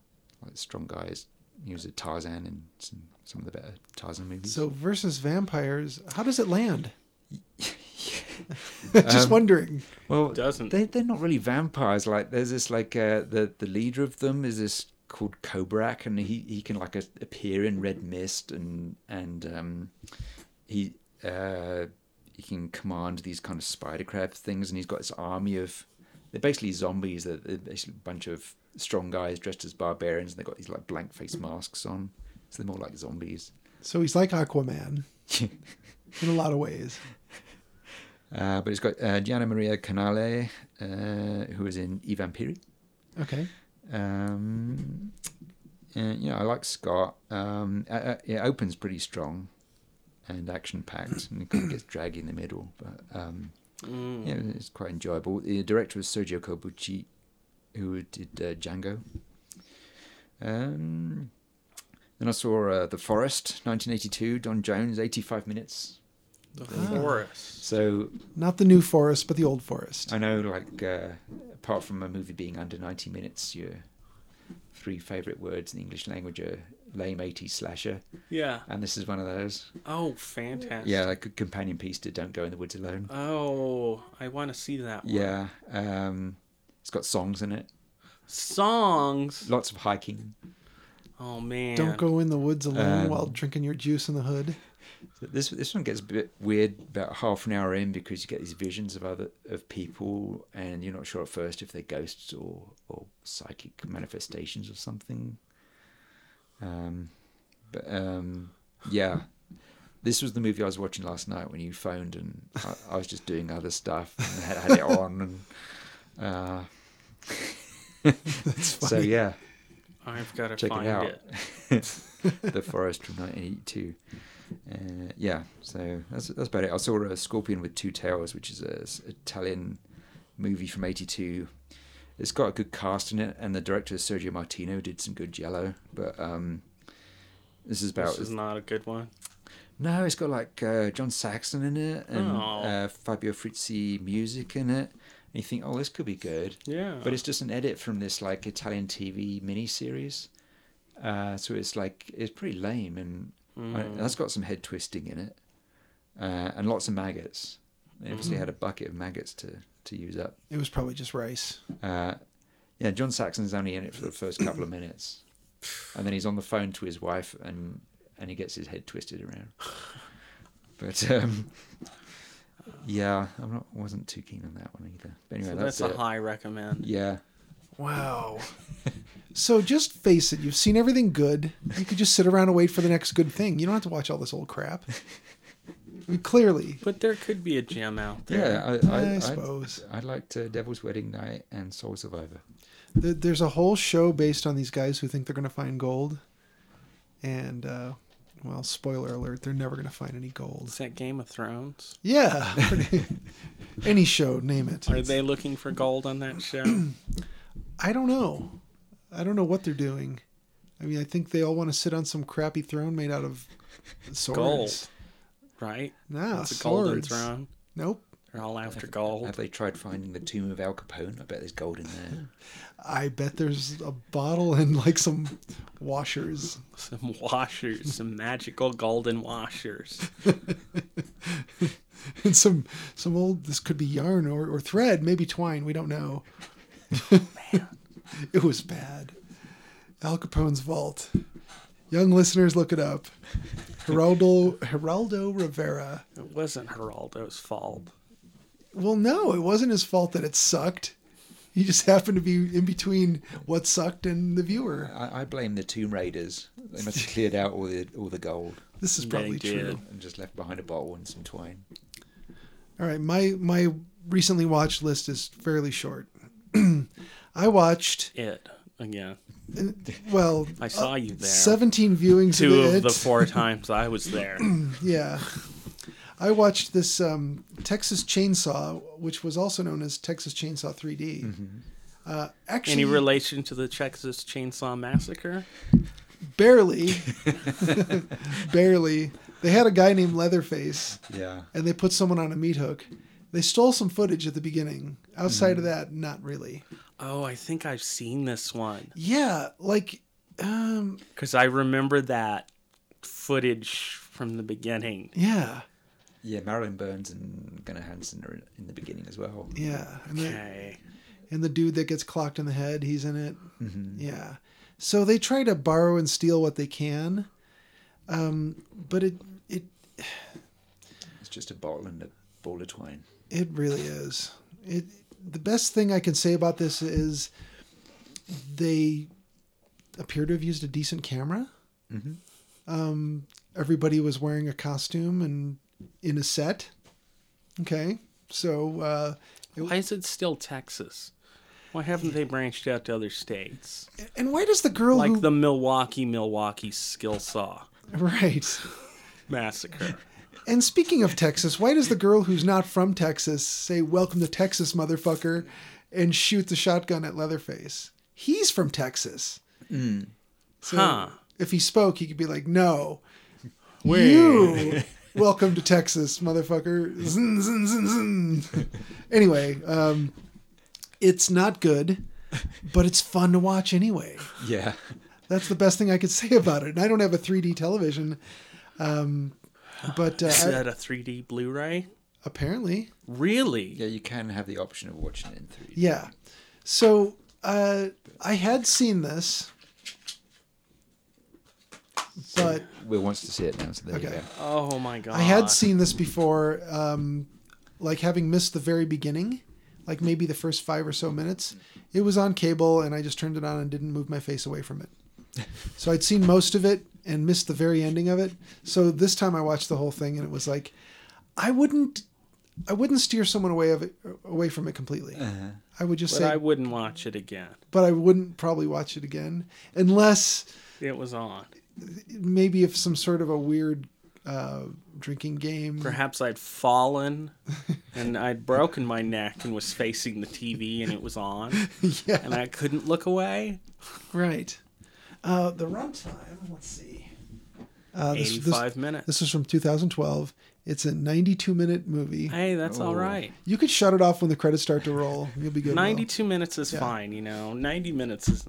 [SPEAKER 3] like, strong guys. He was a Tarzan in some, some of the better Tarzan movies.
[SPEAKER 1] So versus vampires, how does it land? Just
[SPEAKER 3] Um,
[SPEAKER 1] wondering.
[SPEAKER 3] well,
[SPEAKER 2] Doesn't.
[SPEAKER 3] They, they're not really vampires. Like there's this like uh, the the leader of them is this called Kobrak, and he he can like a, appear in red mist and and um, he uh, he can command these kind of spider crab things, and he's got this army of they're basically zombies. They're, they're basically a bunch of strong guys dressed as barbarians, and they've got these like blank face masks on, so they're more like zombies.
[SPEAKER 1] So he's like Aquaman in a lot of ways.
[SPEAKER 3] Uh, but it's got uh, Gianna Maria Canale, uh, who is in I Vampiri.
[SPEAKER 1] Okay.
[SPEAKER 3] Um, and, you know, I like Scott. Um, uh, uh, it opens pretty strong and action packed, and it kind of gets draggy in the middle. But um, yeah, it's quite enjoyable. The director was Sergio Corbucci, who did uh, Django. Um, then I saw uh, The Forest, 1982, Don Jones, 85 minutes.
[SPEAKER 2] The
[SPEAKER 1] Ah.
[SPEAKER 2] forest.
[SPEAKER 3] So
[SPEAKER 1] Not the new forest, but the old forest.
[SPEAKER 3] I know, like, uh, apart from a movie being under 90 minutes, your three favourite words in the English language are lame 80s slasher,
[SPEAKER 2] Yeah.
[SPEAKER 3] and this is one of those.
[SPEAKER 2] Oh, fantastic.
[SPEAKER 3] Yeah, like a companion piece to Don't Go in the Woods Alone.
[SPEAKER 2] Oh, I want to see that one.
[SPEAKER 3] Yeah, um, it's got songs in it,
[SPEAKER 2] Songs.
[SPEAKER 3] lots of hiking.
[SPEAKER 2] Oh man.
[SPEAKER 1] Don't go in the woods alone
[SPEAKER 3] Um,
[SPEAKER 1] while drinking your juice in the hood.
[SPEAKER 3] So this this one gets a bit weird about half an hour in because you get these visions of other of people and you're not sure at first if they're ghosts or or psychic manifestations or something. Um, but um, yeah, this was the movie I was watching last night when you phoned and I, I was just doing other stuff and had, had it on and uh, so
[SPEAKER 1] funny.
[SPEAKER 3] yeah,
[SPEAKER 2] I've got to
[SPEAKER 3] check
[SPEAKER 2] find
[SPEAKER 3] it
[SPEAKER 2] it,
[SPEAKER 3] out. the Forest from 1982. Uh, yeah, so that's that's about it. I saw a Scorpion with Two Tails, which is a s- Italian movie from '82. It's got a good cast in it, and the director Sergio Martino did some good yellow. But um, this is about
[SPEAKER 2] This is not a good one.
[SPEAKER 3] no, it's got like uh, John Saxon in it and
[SPEAKER 2] Oh.
[SPEAKER 3] uh, Fabio Frizzi music in it. And you think, oh, this could be good
[SPEAKER 2] Yeah.
[SPEAKER 3] but it's just an edit from this like Italian TV miniseries. Uh, so it's like it's pretty lame, and
[SPEAKER 2] Mm.
[SPEAKER 3] I, that's got some head twisting in it, uh, and lots of maggots. They
[SPEAKER 2] Mm.
[SPEAKER 3] obviously had a bucket of maggots to to use up.
[SPEAKER 1] It was probably just rice.
[SPEAKER 3] Uh, yeah, John Saxon's only in it for the first couple of minutes, and then he's on the phone to his wife, and and he gets his head twisted around. But um, yeah, I'm not wasn't too keen on that one either. But anyway,
[SPEAKER 2] so
[SPEAKER 3] that's,
[SPEAKER 2] that's a
[SPEAKER 3] it.
[SPEAKER 2] high recommend.
[SPEAKER 3] yeah.
[SPEAKER 1] Wow. so just face it, you've seen everything good. You could just sit around and wait for the next good thing. You don't have to watch all this old crap. I mean, clearly.
[SPEAKER 2] But there could be a gem out there.
[SPEAKER 3] Yeah, I,
[SPEAKER 1] I
[SPEAKER 3] I, I
[SPEAKER 1] suppose.
[SPEAKER 3] I liked uh, Devil's Wedding Night and Soul Survivor.
[SPEAKER 1] There- There's a whole show based on these guys who think they're going to find gold. And, uh, well, spoiler alert, they're never going to find any gold.
[SPEAKER 2] Is that Game of Thrones?
[SPEAKER 1] Yeah. any show, name it.
[SPEAKER 2] Are they looking for gold on that show?
[SPEAKER 1] I don't know. I don't know what they're doing. I mean, I think they all want to sit on some crappy throne made out of swords.
[SPEAKER 2] gold, right?
[SPEAKER 1] Nah,
[SPEAKER 2] It's a golden
[SPEAKER 1] swords.
[SPEAKER 2] throne.
[SPEAKER 1] Nope.
[SPEAKER 2] They're all after
[SPEAKER 3] Have
[SPEAKER 2] gold.
[SPEAKER 3] they tried finding the tomb of Al Capone? I bet there's gold in there.
[SPEAKER 1] I bet there's a bottle and like some washers.
[SPEAKER 2] Some washers, some magical golden washers.
[SPEAKER 1] and some some old this could be yarn or, or thread, maybe twine, we don't know. it was bad. Al Capone's vault. Young listeners look it up. Geraldo Geraldo Rivera.
[SPEAKER 2] It wasn't Geraldo's fault.
[SPEAKER 1] Well, no, it wasn't his fault that it sucked. He just happened to be in between what sucked and the viewer.
[SPEAKER 3] I, I blame the Tomb Raiders. They must have cleared out all the all the gold
[SPEAKER 1] This is
[SPEAKER 2] They
[SPEAKER 1] probably
[SPEAKER 2] did.
[SPEAKER 1] true.
[SPEAKER 3] and just left behind a bottle and some twine.
[SPEAKER 1] All right, my my recently watched list is fairly short. I watched
[SPEAKER 2] It again.
[SPEAKER 1] well
[SPEAKER 2] I saw you there.
[SPEAKER 1] 17 viewings
[SPEAKER 2] Two
[SPEAKER 1] of,
[SPEAKER 2] of
[SPEAKER 1] it.
[SPEAKER 2] the four times I was there.
[SPEAKER 1] Yeah. I watched this um, Texas Chainsaw, which was also known as Texas Chainsaw 3D. Uh, actually,
[SPEAKER 2] Mm-hmm. Any relation to the Texas Chainsaw Massacre?
[SPEAKER 1] barely, barely. They had a guy named Leatherface,
[SPEAKER 3] Yeah.
[SPEAKER 1] and they put someone on a meat hook. They stole some footage at the beginning. Outside
[SPEAKER 2] Mm-hmm.
[SPEAKER 1] of that, not really.
[SPEAKER 2] Oh, I think I've seen this one
[SPEAKER 1] Yeah, like, um,
[SPEAKER 2] because I remember that footage from the beginning.
[SPEAKER 1] yeah,
[SPEAKER 3] Yeah, Marilyn Burns and Gunnar Hansen are in, in the beginning as well.
[SPEAKER 1] yeah. And the-
[SPEAKER 2] Okay.
[SPEAKER 1] and the dude that gets clocked in the head, he's in it. Yeah. So they try to borrow and steal what they can, um, but it it
[SPEAKER 3] It's just a bottle and a ball of twine.
[SPEAKER 1] it really is. It the best thing I can say about this is they appear to have used a decent camera. Um, everybody was wearing a costume and in a set. Okay, so uh,
[SPEAKER 2] Why is it still Texas? Why haven't they branched out to other states?
[SPEAKER 1] and why does the girl who
[SPEAKER 2] Like the Milwaukee, Milwaukee Skill Saw
[SPEAKER 1] right?
[SPEAKER 2] Massacre.
[SPEAKER 1] And speaking of Texas, why does the girl who's not from Texas say, Welcome to Texas, motherfucker, and shoot the shotgun at Leatherface? He's from Texas. So
[SPEAKER 2] Huh.
[SPEAKER 1] if he spoke, he could be like, No,
[SPEAKER 2] Wait.
[SPEAKER 1] you, welcome to Texas, motherfucker. Zin, zin, zin, zin. anyway, um, it's not good, but it's fun to watch anyway.
[SPEAKER 3] Yeah.
[SPEAKER 1] That's the best thing I could say about it. And I don't have a 3D television, um, but uh,
[SPEAKER 2] Is
[SPEAKER 1] I-
[SPEAKER 2] that a 3D Blu-ray?
[SPEAKER 1] apparently,
[SPEAKER 2] Really?
[SPEAKER 3] Yeah, you can have the option of watching it in 3D.
[SPEAKER 1] yeah. So uh, I had seen this, but
[SPEAKER 3] Will wants to see it now, so there you
[SPEAKER 1] Okay.
[SPEAKER 3] go.
[SPEAKER 2] Oh my god.
[SPEAKER 1] I had seen this before, um, like having missed the very beginning, like maybe the first five or so minutes. It was on cable, and I just turned it on and didn't move my face away from it. So I'd seen most of it and missed the very ending of it. So this time I watched the whole thing, and it was like, I wouldn't, I wouldn't steer someone away of it, away from it completely. I would just
[SPEAKER 2] but
[SPEAKER 1] say,
[SPEAKER 2] I wouldn't watch it again.
[SPEAKER 1] but I wouldn't probably watch it again unless
[SPEAKER 2] It was on.
[SPEAKER 1] maybe if some sort of a weird uh, drinking game.
[SPEAKER 2] Perhaps I'd fallen and I'd broken my neck and was facing the TV and it was on
[SPEAKER 1] yeah.
[SPEAKER 2] and I couldn't look away.
[SPEAKER 1] Right. Uh, the runtime. Let's see. Uh, this, this,
[SPEAKER 2] 85 minutes.
[SPEAKER 1] this is from 2012. It's a 92 minute movie.
[SPEAKER 2] hey, that's all
[SPEAKER 3] Oh.
[SPEAKER 2] right.
[SPEAKER 1] You could shut it off when the credits start to roll. You'll be good. Will.
[SPEAKER 2] 92 minutes is
[SPEAKER 1] Yeah.
[SPEAKER 2] fine, you know. 90 minutes is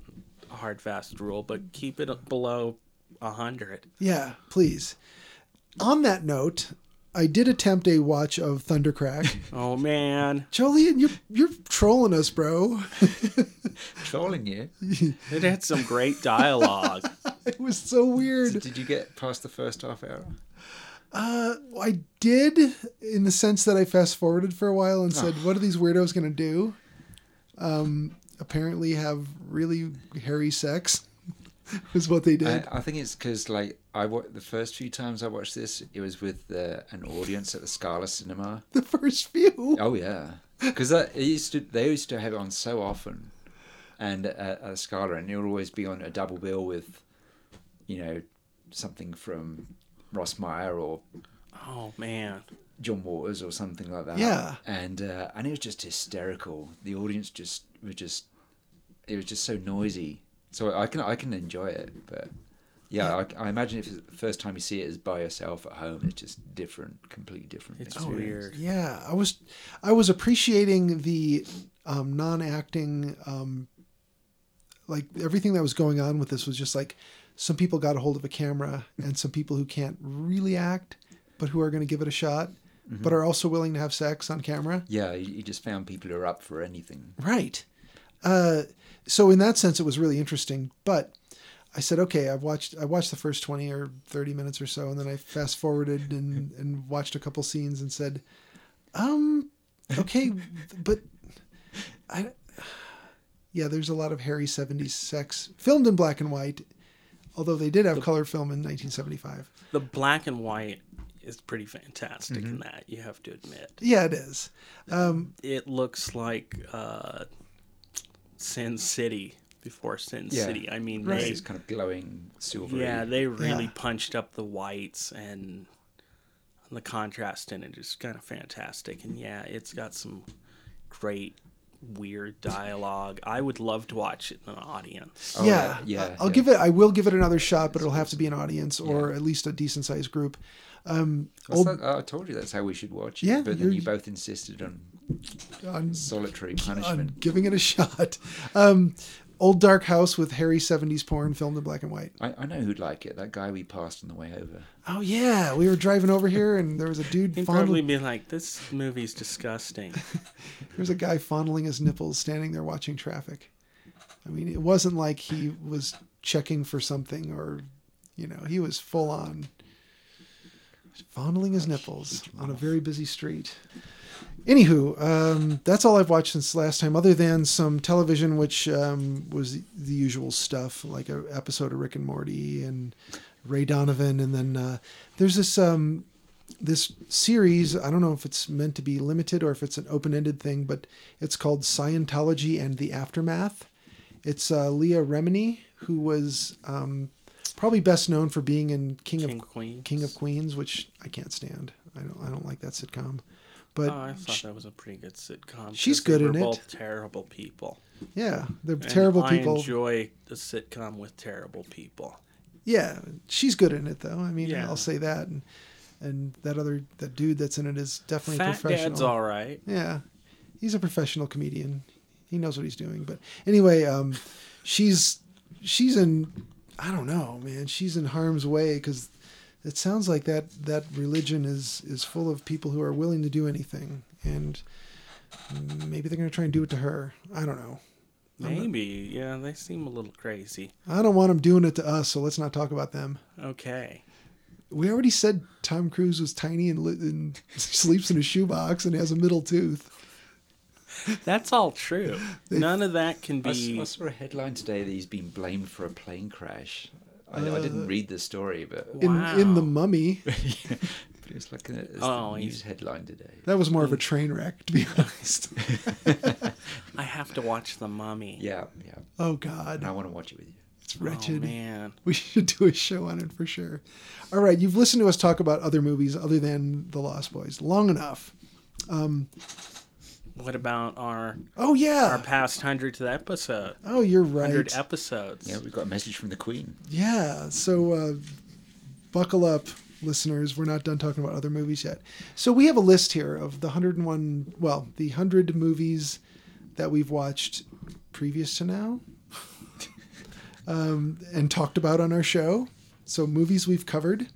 [SPEAKER 2] a hard fast rule, but keep it below 100.
[SPEAKER 1] Yeah, please. On that note, I did attempt a watch of Thundercrack.
[SPEAKER 2] Oh man,
[SPEAKER 1] Jolien, you're you're trolling us, bro.
[SPEAKER 3] Trolling you.
[SPEAKER 2] it had some great dialogue.
[SPEAKER 1] it was so weird.
[SPEAKER 3] Did you get past the first half hour?
[SPEAKER 1] Uh, I did in the sense that I fast forwarded for a while and said, "What are these weirdos going to do?" Um, apparently, have really hairy sex is what they
[SPEAKER 3] I,
[SPEAKER 1] did.
[SPEAKER 3] I think it's because like I wa- the first few times I watched this, it was with uh, an audience at the Scala Cinema.
[SPEAKER 1] the first few.
[SPEAKER 3] Oh yeah, because that it used to they used to have it on so often, and uh, at the Scala, and it would always be on a double bill with, you know, something from Ross Meyer or
[SPEAKER 2] Oh man,
[SPEAKER 3] John Waters or something like that.
[SPEAKER 1] Yeah.
[SPEAKER 3] and uh, and it was just hysterical. The audience just were just, it was just so noisy. So I can I can enjoy it, but yeah, I, I imagine if it's the first time you see it is by yourself at home, it's just different, completely different.
[SPEAKER 2] it's
[SPEAKER 1] Oh,
[SPEAKER 3] experience.
[SPEAKER 2] weird.
[SPEAKER 1] Yeah, I was, I was appreciating the um, non-acting, um, like everything that was going on with this was just like some people got a hold of a camera and some people who can't really act, but who are going to give it a shot, but are also willing to have sex on camera.
[SPEAKER 3] Yeah, you, you just found people who are up for anything.
[SPEAKER 1] Right. Uh, so in that sense, it was really interesting. But I said, okay, I've watched I watched the first twenty or thirty minutes or so, and then I fast forwarded and and watched a couple scenes and said, um, okay, but I. Yeah, there's a lot of hairy 70s sex filmed in black and white, although they did have color film in 1975.
[SPEAKER 2] The black and white is pretty fantastic
[SPEAKER 1] Mm-hmm.
[SPEAKER 2] in that. You have to admit,
[SPEAKER 1] Yeah, it is. Um,
[SPEAKER 2] it looks like uh, Sin City before Sin
[SPEAKER 3] Yeah.
[SPEAKER 2] City. I mean,
[SPEAKER 1] Right.
[SPEAKER 2] they,
[SPEAKER 3] It's kind of glowing silvery.
[SPEAKER 2] yeah, they really
[SPEAKER 1] Yeah.
[SPEAKER 2] punched up the whites and the contrast in it is kind of fantastic. And yeah, it's got some great weird dialogue. I would love to watch it in an audience.
[SPEAKER 3] Oh,
[SPEAKER 1] yeah,
[SPEAKER 3] yeah, yeah,
[SPEAKER 1] I'll
[SPEAKER 3] yeah.
[SPEAKER 1] give it. I will give it another shot, but it'll have to be an audience or at least a decent sized group.
[SPEAKER 3] That's
[SPEAKER 1] old-
[SPEAKER 3] not- I told you that's how we should watch it.
[SPEAKER 1] Yeah,
[SPEAKER 3] but then
[SPEAKER 1] you're-
[SPEAKER 3] you both insisted on
[SPEAKER 1] On,
[SPEAKER 3] solitary
[SPEAKER 1] on
[SPEAKER 3] punishment.
[SPEAKER 1] giving it a shot. Um, old dark house with hairy seventies porn filmed in black and white.
[SPEAKER 3] I, I know who'd like it. That guy we passed on the way over.
[SPEAKER 1] Oh yeah, we were driving over here and there was a dude
[SPEAKER 2] He'd probably
[SPEAKER 1] fondling.
[SPEAKER 2] be like, "This movie's disgusting."
[SPEAKER 1] There was a guy fondling his nipples, standing there watching traffic. I mean, it wasn't like he was checking for something or, you know, he was full on fondling his nipples on a very busy street. Anywho, um, that's all I've watched since last time, other than some television, which um, was the, the usual stuff, like a episode of Rick and Morty and Ray Donovan, and then uh, there's this um, this series. I don't know if it's meant to be limited or if it's an open ended thing, but it's called Scientology and the Aftermath. It's uh, Leah Remini, who was um, probably best known for being in King, of
[SPEAKER 2] King Queen.
[SPEAKER 1] King of Queens, which I can't stand. I don't I don't like that sitcom.
[SPEAKER 2] Oh,
[SPEAKER 1] But
[SPEAKER 2] I thought
[SPEAKER 1] sh-
[SPEAKER 2] that was a pretty good sitcom.
[SPEAKER 1] she's
[SPEAKER 2] 'cause they
[SPEAKER 1] good
[SPEAKER 2] were
[SPEAKER 1] in it.
[SPEAKER 2] both terrible people.
[SPEAKER 1] yeah, they're
[SPEAKER 2] And
[SPEAKER 1] terrible
[SPEAKER 2] I
[SPEAKER 1] people.
[SPEAKER 2] enjoy the sitcom with terrible people.
[SPEAKER 1] yeah, she's good in it though. I mean,
[SPEAKER 2] Yeah.
[SPEAKER 1] I'll say that. And, and that other that dude that's in it is definitely
[SPEAKER 2] Fat
[SPEAKER 1] professional.
[SPEAKER 2] Dad's all right.
[SPEAKER 1] Yeah, he's a professional comedian. He knows what he's doing. But anyway, um, she's she's in I don't know, man. She's in harm's way because it sounds like that that religion is is full of people who are willing to do anything, and maybe they're gonna try and do it to her. I don't know. I'm not-
[SPEAKER 2] Maybe. Yeah, they seem a little crazy.
[SPEAKER 1] I don't want them doing it to us, so let's not talk about them.
[SPEAKER 2] Okay.
[SPEAKER 1] We already said Tom Cruise was tiny and, li- and sleeps in a shoebox and has a middle tooth.
[SPEAKER 2] That's all true. None of that can
[SPEAKER 3] I, s-
[SPEAKER 2] be.
[SPEAKER 3] I saw a headline today that he's been blamed for a plane crash. I, I
[SPEAKER 1] Uh,
[SPEAKER 3] didn't read the story, but
[SPEAKER 1] In in the
[SPEAKER 2] Wow.
[SPEAKER 1] Mummy,
[SPEAKER 3] but it was like a it's the
[SPEAKER 2] Oh, he's-
[SPEAKER 3] news headline today.
[SPEAKER 1] that was more of a train wreck, to be honest.
[SPEAKER 2] I have to watch The Mummy.
[SPEAKER 3] Yeah, yeah.
[SPEAKER 1] Oh
[SPEAKER 3] And I
[SPEAKER 1] God,
[SPEAKER 3] want to watch it with you.
[SPEAKER 1] it's
[SPEAKER 2] Oh
[SPEAKER 1] wretched.
[SPEAKER 2] man.
[SPEAKER 1] we should do a show on it for sure. All right, you've listened to us talk about other movies other than The Lost Boys long enough.
[SPEAKER 2] What about our
[SPEAKER 1] Oh
[SPEAKER 2] our
[SPEAKER 1] yeah.
[SPEAKER 2] past hundredth episode?
[SPEAKER 1] Oh, you're right.
[SPEAKER 2] Hundred episodes.
[SPEAKER 3] Yeah, we got a message from the Queen.
[SPEAKER 1] Yeah. So uh, buckle up, listeners. We're not done talking about other movies yet. So we have a list here of the 101, well, the 100 movies that we've watched previous to now um, and talked about on our show. So movies we've covered.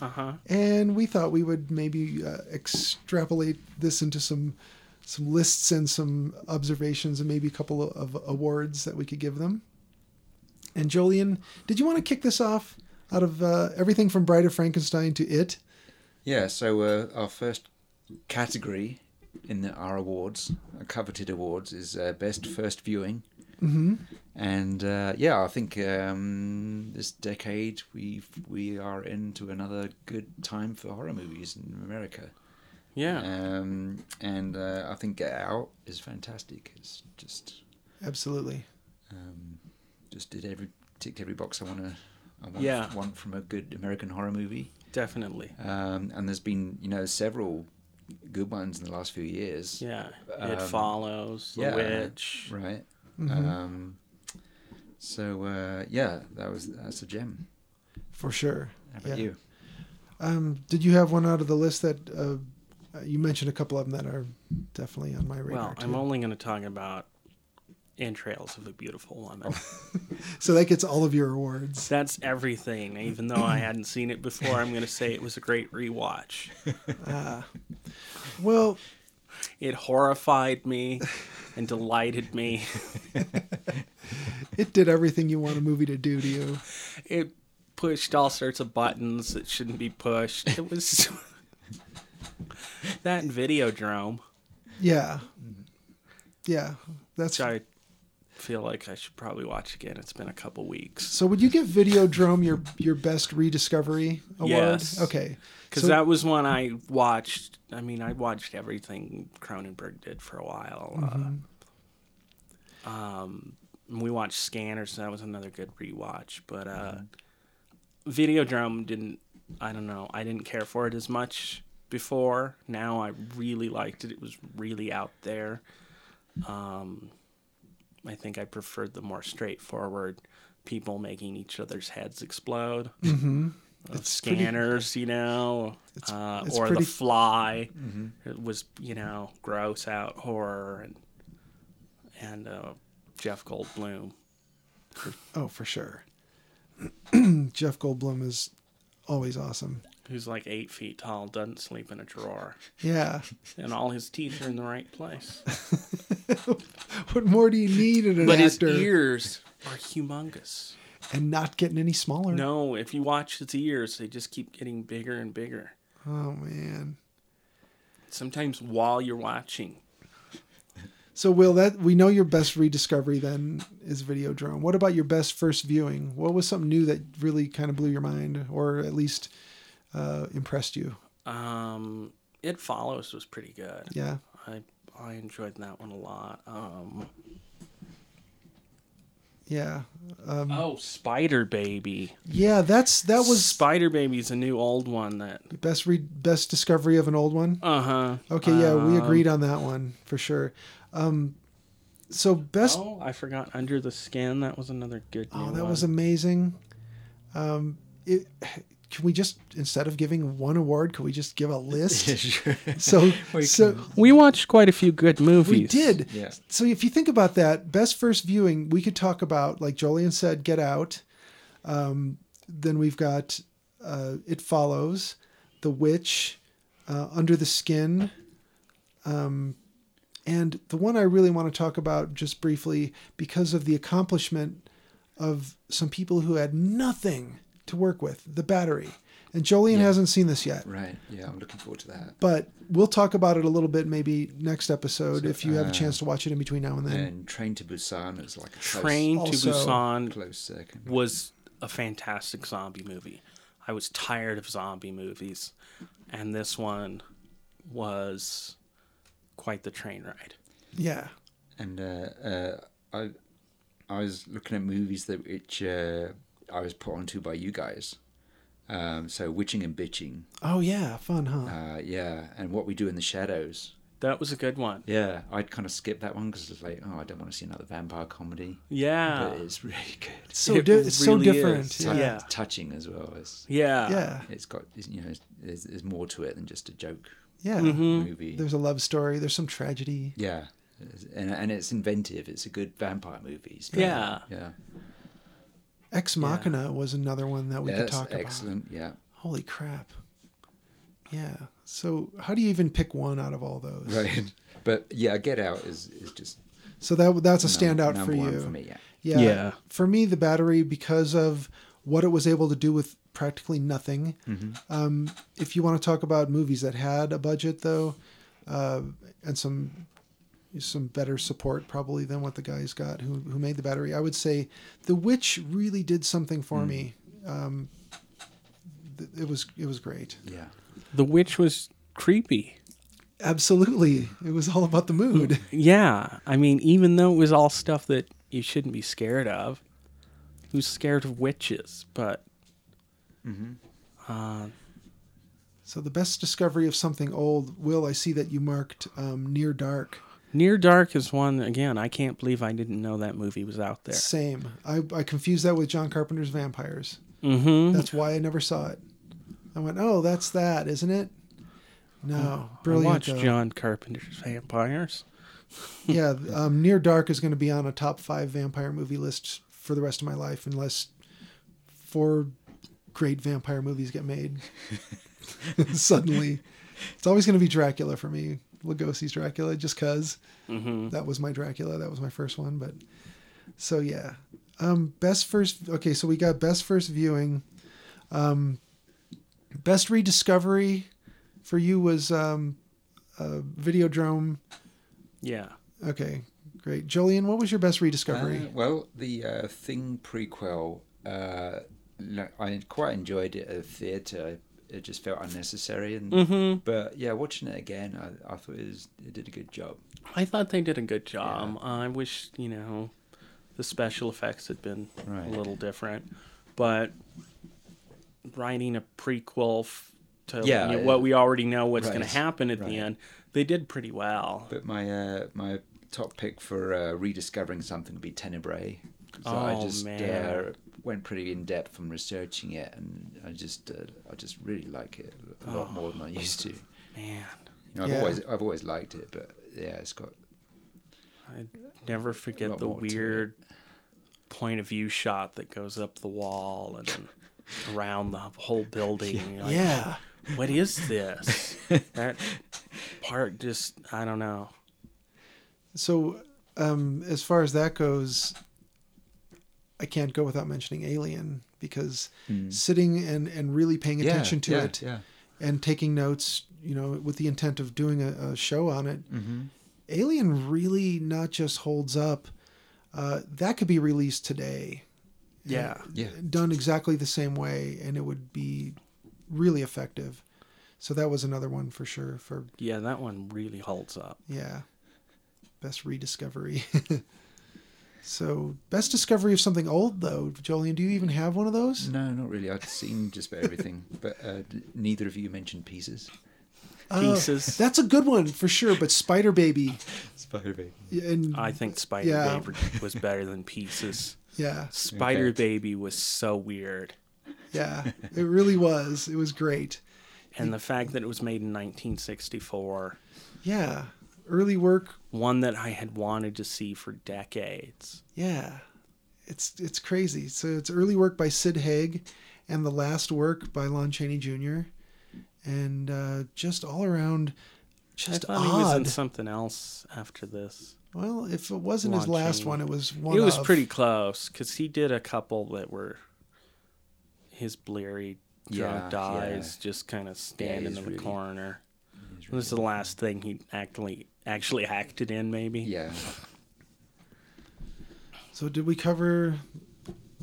[SPEAKER 2] Uh huh.
[SPEAKER 1] and we thought we would maybe uh, extrapolate this into some some lists and some observations and maybe a couple of awards that we could give them. And Jolien, did you want to kick this off out of uh, everything from Bride of Frankenstein to It?
[SPEAKER 3] Yeah, so uh, our first category in the, our awards, our coveted awards, is uh, best first viewing. Mm-hmm. And uh, yeah, I think um, this decade we we are into another good time for horror movies in America.
[SPEAKER 2] Yeah.
[SPEAKER 3] Um, and uh, I think Get Out is fantastic. It's just
[SPEAKER 1] Absolutely.
[SPEAKER 3] um, just did every ticked every box I want to I want,
[SPEAKER 2] Yeah.
[SPEAKER 3] want from a good American horror movie.
[SPEAKER 2] Definitely.
[SPEAKER 3] Um, and there's been, you know, several good ones in the last few years.
[SPEAKER 2] Yeah. It
[SPEAKER 3] Um,
[SPEAKER 2] follows. The
[SPEAKER 3] yeah.
[SPEAKER 2] Witch.
[SPEAKER 3] Right.
[SPEAKER 1] Mhm.
[SPEAKER 3] Um, so uh, yeah, that was that's a gem.
[SPEAKER 1] For sure.
[SPEAKER 3] How about
[SPEAKER 1] Yeah.
[SPEAKER 3] you?
[SPEAKER 1] Um, did you have one out of the list that uh, uh, you mentioned a couple of them that are definitely on my radar?
[SPEAKER 2] Well,
[SPEAKER 1] too.
[SPEAKER 2] I'm only going to talk about Entrails of a Beautiful Woman.
[SPEAKER 1] so that gets all of your awards.
[SPEAKER 2] That's everything. Even though I hadn't seen it before, I'm going to say it was a great rewatch.
[SPEAKER 1] Ah. well,
[SPEAKER 2] It horrified me and delighted me.
[SPEAKER 1] it did everything you want a movie to do to you.
[SPEAKER 2] It pushed all sorts of buttons that shouldn't be pushed. It was that and Videodrome,
[SPEAKER 1] Yeah.
[SPEAKER 2] Mm-hmm.
[SPEAKER 1] Yeah. That's
[SPEAKER 2] which I feel like I should probably watch again. It's been a couple weeks
[SPEAKER 1] so would you give Videodrome your your best rediscovery award?
[SPEAKER 2] Yes.
[SPEAKER 1] Okay.
[SPEAKER 2] because
[SPEAKER 1] So-
[SPEAKER 2] that was one I watched. I mean, I watched everything Cronenberg did for a while. Uh, um, and we watched Scanners. So that was another good rewatch, but uh, Videodrome didn't. I don't know. I didn't care for it as much before. Now I really liked it. It was really out there. Um, I think I preferred the more straightforward people making each other's heads explode. Mm-hmm.
[SPEAKER 1] It's pretty-
[SPEAKER 2] scanners, you know, uh,
[SPEAKER 1] it's
[SPEAKER 2] or
[SPEAKER 1] pretty- Mm-hmm.
[SPEAKER 2] the fly. It was, you know, gross out horror and and uh, Jeff Goldblum.
[SPEAKER 1] Oh, for sure. Jeff Goldblum is always awesome.
[SPEAKER 2] Who's like eight feet tall, doesn't sleep in a drawer,
[SPEAKER 1] Yeah.
[SPEAKER 2] and all his teeth are in the right place.
[SPEAKER 1] What more do you need in an
[SPEAKER 2] But his
[SPEAKER 1] actor?
[SPEAKER 2] ears are humongous.
[SPEAKER 1] And not getting any smaller.
[SPEAKER 2] No, if you watch his ears, they just keep getting bigger and bigger.
[SPEAKER 1] Oh man.
[SPEAKER 2] Sometimes while you're watching,
[SPEAKER 1] So Will, that we know your best rediscovery then is Videodrome. What about your best first viewing? What was something new that really kind of blew your mind, or at least uh, impressed you?
[SPEAKER 2] um, it follows was pretty good.
[SPEAKER 1] Yeah.
[SPEAKER 2] I I enjoyed that one a lot. Um,
[SPEAKER 1] Yeah. Um,
[SPEAKER 2] Oh, Spider Baby.
[SPEAKER 1] yeah, that's that was
[SPEAKER 2] Spider Baby's a new old one that.
[SPEAKER 1] best read best discovery of an old one.
[SPEAKER 2] Uh huh.
[SPEAKER 1] Okay, yeah,
[SPEAKER 3] Um,
[SPEAKER 1] we agreed on that one for sure. Um, so best
[SPEAKER 2] Oh, I forgot Under the Skin. That was another good.
[SPEAKER 1] Oh,
[SPEAKER 2] new
[SPEAKER 1] that
[SPEAKER 2] one.
[SPEAKER 1] was amazing. Um, it, can we just instead of giving one award, can we just give a list?
[SPEAKER 3] sure.
[SPEAKER 1] so,
[SPEAKER 3] We
[SPEAKER 1] so
[SPEAKER 3] can-
[SPEAKER 2] We watched quite a few good movies.
[SPEAKER 1] we did.
[SPEAKER 3] Yeah.
[SPEAKER 1] So if you think about that, best first viewing, we could talk about like Jolien said, Get Out. Um, then we've got uh, It Follows, The Witch, uh, Under the Skin, um, and the one I really want to talk about just briefly because of the accomplishment of some people who had nothing to work with, The Battery. And Jolien hasn't seen this yet
[SPEAKER 3] Right. Yeah, I'm looking forward to that.
[SPEAKER 1] but we'll talk about it a little bit maybe next episode
[SPEAKER 3] So,
[SPEAKER 1] if you have a
[SPEAKER 3] uh,
[SPEAKER 1] chance to watch it in between now and then.
[SPEAKER 3] And Train to Busan is like a close,
[SPEAKER 2] Train
[SPEAKER 1] Also-
[SPEAKER 2] to Busan
[SPEAKER 3] close second.
[SPEAKER 2] was a fantastic zombie movie. I was tired of zombie movies, and this one was quite the train ride.
[SPEAKER 1] Yeah.
[SPEAKER 3] And uh, uh, I, I was looking at movies that which uh, I was put onto by you guys. Um, so witching and bitching.
[SPEAKER 1] Oh yeah, fun, huh?
[SPEAKER 3] Uh, yeah, and what we do in the shadows.
[SPEAKER 2] That was a good one.
[SPEAKER 3] Yeah, I'd kind of skip that one because it's like, oh, I don't want to see another vampire comedy.
[SPEAKER 2] Yeah.
[SPEAKER 3] But it's really good.
[SPEAKER 1] so
[SPEAKER 2] it
[SPEAKER 1] di- it's so
[SPEAKER 2] really
[SPEAKER 1] different.
[SPEAKER 2] is.
[SPEAKER 1] Yeah.
[SPEAKER 3] Tou-
[SPEAKER 1] yeah.
[SPEAKER 2] Ah. Yeah.
[SPEAKER 3] touching as well. It's,
[SPEAKER 2] Yeah.
[SPEAKER 3] it's got it's, you know it's- there's, there's more to it than just a joke
[SPEAKER 1] Yeah.
[SPEAKER 3] Mm-hmm. movie.
[SPEAKER 1] There's a love story, there's some tragedy.
[SPEAKER 3] Yeah, It's- and and it's inventive. It's a good vampire movie. so-
[SPEAKER 2] Yeah.
[SPEAKER 3] yeah,
[SPEAKER 1] Ex Machina was another one that we
[SPEAKER 3] yeah
[SPEAKER 1] could
[SPEAKER 3] that's
[SPEAKER 1] talk about.
[SPEAKER 3] excellent. Yeah,
[SPEAKER 1] Holy crap. Yeah. So how do you even pick one out of all those?
[SPEAKER 3] right. But yeah, Get Out is is just
[SPEAKER 1] So that that's a
[SPEAKER 3] num-
[SPEAKER 1] standout
[SPEAKER 3] number
[SPEAKER 1] for
[SPEAKER 3] one
[SPEAKER 1] you.
[SPEAKER 3] for me. Yeah,
[SPEAKER 1] Yeah.
[SPEAKER 2] Yeah.
[SPEAKER 1] For me, the battery, because of what it was able to do with practically nothing. Um, if you want to talk about movies that had a budget, though, uh, and some some better support probably than what the guys got who who made the battery, I would say The Witch really did something for me. Um, th- it was it was great.
[SPEAKER 3] yeah.
[SPEAKER 2] The witch was creepy.
[SPEAKER 1] Absolutely, it was all about the mood.
[SPEAKER 2] Yeah. I mean, even though it was all stuff that you shouldn't be scared of, who's scared of witches? But
[SPEAKER 1] So the best discovery of something old. Will I see that you marked um, Near Dark?
[SPEAKER 2] Near Dark is one, again, I can't believe I didn't know that movie was out there.
[SPEAKER 1] Same. I, I confused that with John Carpenter's Vampires.
[SPEAKER 2] Mm-hmm.
[SPEAKER 1] That's why I never saw it. I went, oh, that's that, isn't it? No,
[SPEAKER 2] I
[SPEAKER 1] brilliant.
[SPEAKER 2] watched
[SPEAKER 1] though.
[SPEAKER 2] John Carpenter's Vampires.
[SPEAKER 1] yeah, um, Near Dark is going to be on a top five vampire movie list for the rest of my life, unless four great vampire movies get made suddenly. It's always going to be Dracula for me. Lugosi's Dracula, just because that was my Dracula. That was my first one. But so yeah, um, best first. Okay, so we got best first viewing. Um, best rediscovery for you was um, uh, Videodrome.
[SPEAKER 2] Yeah.
[SPEAKER 1] Okay, great. Jolien, what was your best rediscovery?
[SPEAKER 3] Uh, well, the uh, Thing prequel, uh, no, I quite enjoyed it at theatre. It just felt unnecessary, and but yeah, watching it again, I, I thought it, was, it did a good job.
[SPEAKER 2] I thought they did a good job. I wish, you know, the special effects had been
[SPEAKER 3] Right.
[SPEAKER 2] a little different. But writing a prequel f- to
[SPEAKER 3] Yeah,
[SPEAKER 2] you know,
[SPEAKER 3] yeah.
[SPEAKER 2] what we already know what's going
[SPEAKER 3] Right,
[SPEAKER 2] to happen at
[SPEAKER 3] right.
[SPEAKER 2] the end, they did pretty well.
[SPEAKER 3] But my uh, my top pick for uh, rediscovering something would be Tenebrae. So I
[SPEAKER 2] Oh,
[SPEAKER 3] just
[SPEAKER 2] man.
[SPEAKER 3] Uh, went pretty in depth from researching it, and I just uh, I just really like it a lot more than I used to. You
[SPEAKER 2] Man,
[SPEAKER 3] know, I've
[SPEAKER 1] Yeah.
[SPEAKER 3] always I've always liked it, but yeah, it's got
[SPEAKER 2] I never forget
[SPEAKER 3] lot
[SPEAKER 2] the
[SPEAKER 3] more to it.
[SPEAKER 2] weird point of view shot that goes up the wall and then around the whole building. and you're like,
[SPEAKER 1] yeah,
[SPEAKER 2] what is this? that part just, I don't know.
[SPEAKER 1] So, um, as far as that goes, I can't go without mentioning Alien because sitting and, and really paying
[SPEAKER 3] Hmm. Yeah,
[SPEAKER 1] attention to
[SPEAKER 3] yeah,
[SPEAKER 1] it
[SPEAKER 3] Yeah.
[SPEAKER 1] and taking notes, you know, with the intent of doing a, a show on it,
[SPEAKER 3] Mm-hmm.
[SPEAKER 1] Alien really not just holds up. Uh, that could be released today,
[SPEAKER 2] Yeah.
[SPEAKER 3] Yeah.
[SPEAKER 1] done exactly the same way, and it would be really effective. So that was another one for sure. For
[SPEAKER 2] Yeah, that one really holds up.
[SPEAKER 1] yeah, best rediscovery. So, best discovery of something old, though. Jolene, do you even have one of those?
[SPEAKER 3] No, not really. I'd seen just about everything, but uh, d- neither of you mentioned pieces.
[SPEAKER 1] Oh,
[SPEAKER 2] Pieces.
[SPEAKER 1] that's a good one for sure. But Spider Baby,
[SPEAKER 3] Spider Baby.
[SPEAKER 1] and
[SPEAKER 2] I think Spider
[SPEAKER 1] Yeah.
[SPEAKER 2] Baby was better than Pieces.
[SPEAKER 1] yeah,
[SPEAKER 2] Spider
[SPEAKER 3] fact.
[SPEAKER 2] Baby was so weird.
[SPEAKER 1] yeah, it really was. It was great.
[SPEAKER 2] And the fact that it was made in 1964,
[SPEAKER 1] Yeah, early work.
[SPEAKER 2] one that I had wanted to see for decades.
[SPEAKER 1] Yeah, it's it's crazy. So it's early work by Sid Haig, and the last work by Lon Chaney Jr. And uh, just all around, just
[SPEAKER 2] I thought he was in
[SPEAKER 1] odd.
[SPEAKER 2] something else after this.
[SPEAKER 1] Well, if it wasn't his
[SPEAKER 2] Lon
[SPEAKER 1] last
[SPEAKER 2] Chaney.
[SPEAKER 1] one, it was one.
[SPEAKER 2] it was
[SPEAKER 1] of.
[SPEAKER 2] pretty close because he did a couple that were his bleary
[SPEAKER 3] Yeah,
[SPEAKER 2] drunk
[SPEAKER 3] yeah.
[SPEAKER 2] eyes just kind of standing
[SPEAKER 3] he's
[SPEAKER 2] in the
[SPEAKER 3] really-
[SPEAKER 2] corner. This is the last thing he actually actually acted in, maybe.
[SPEAKER 3] Yeah.
[SPEAKER 1] So did we cover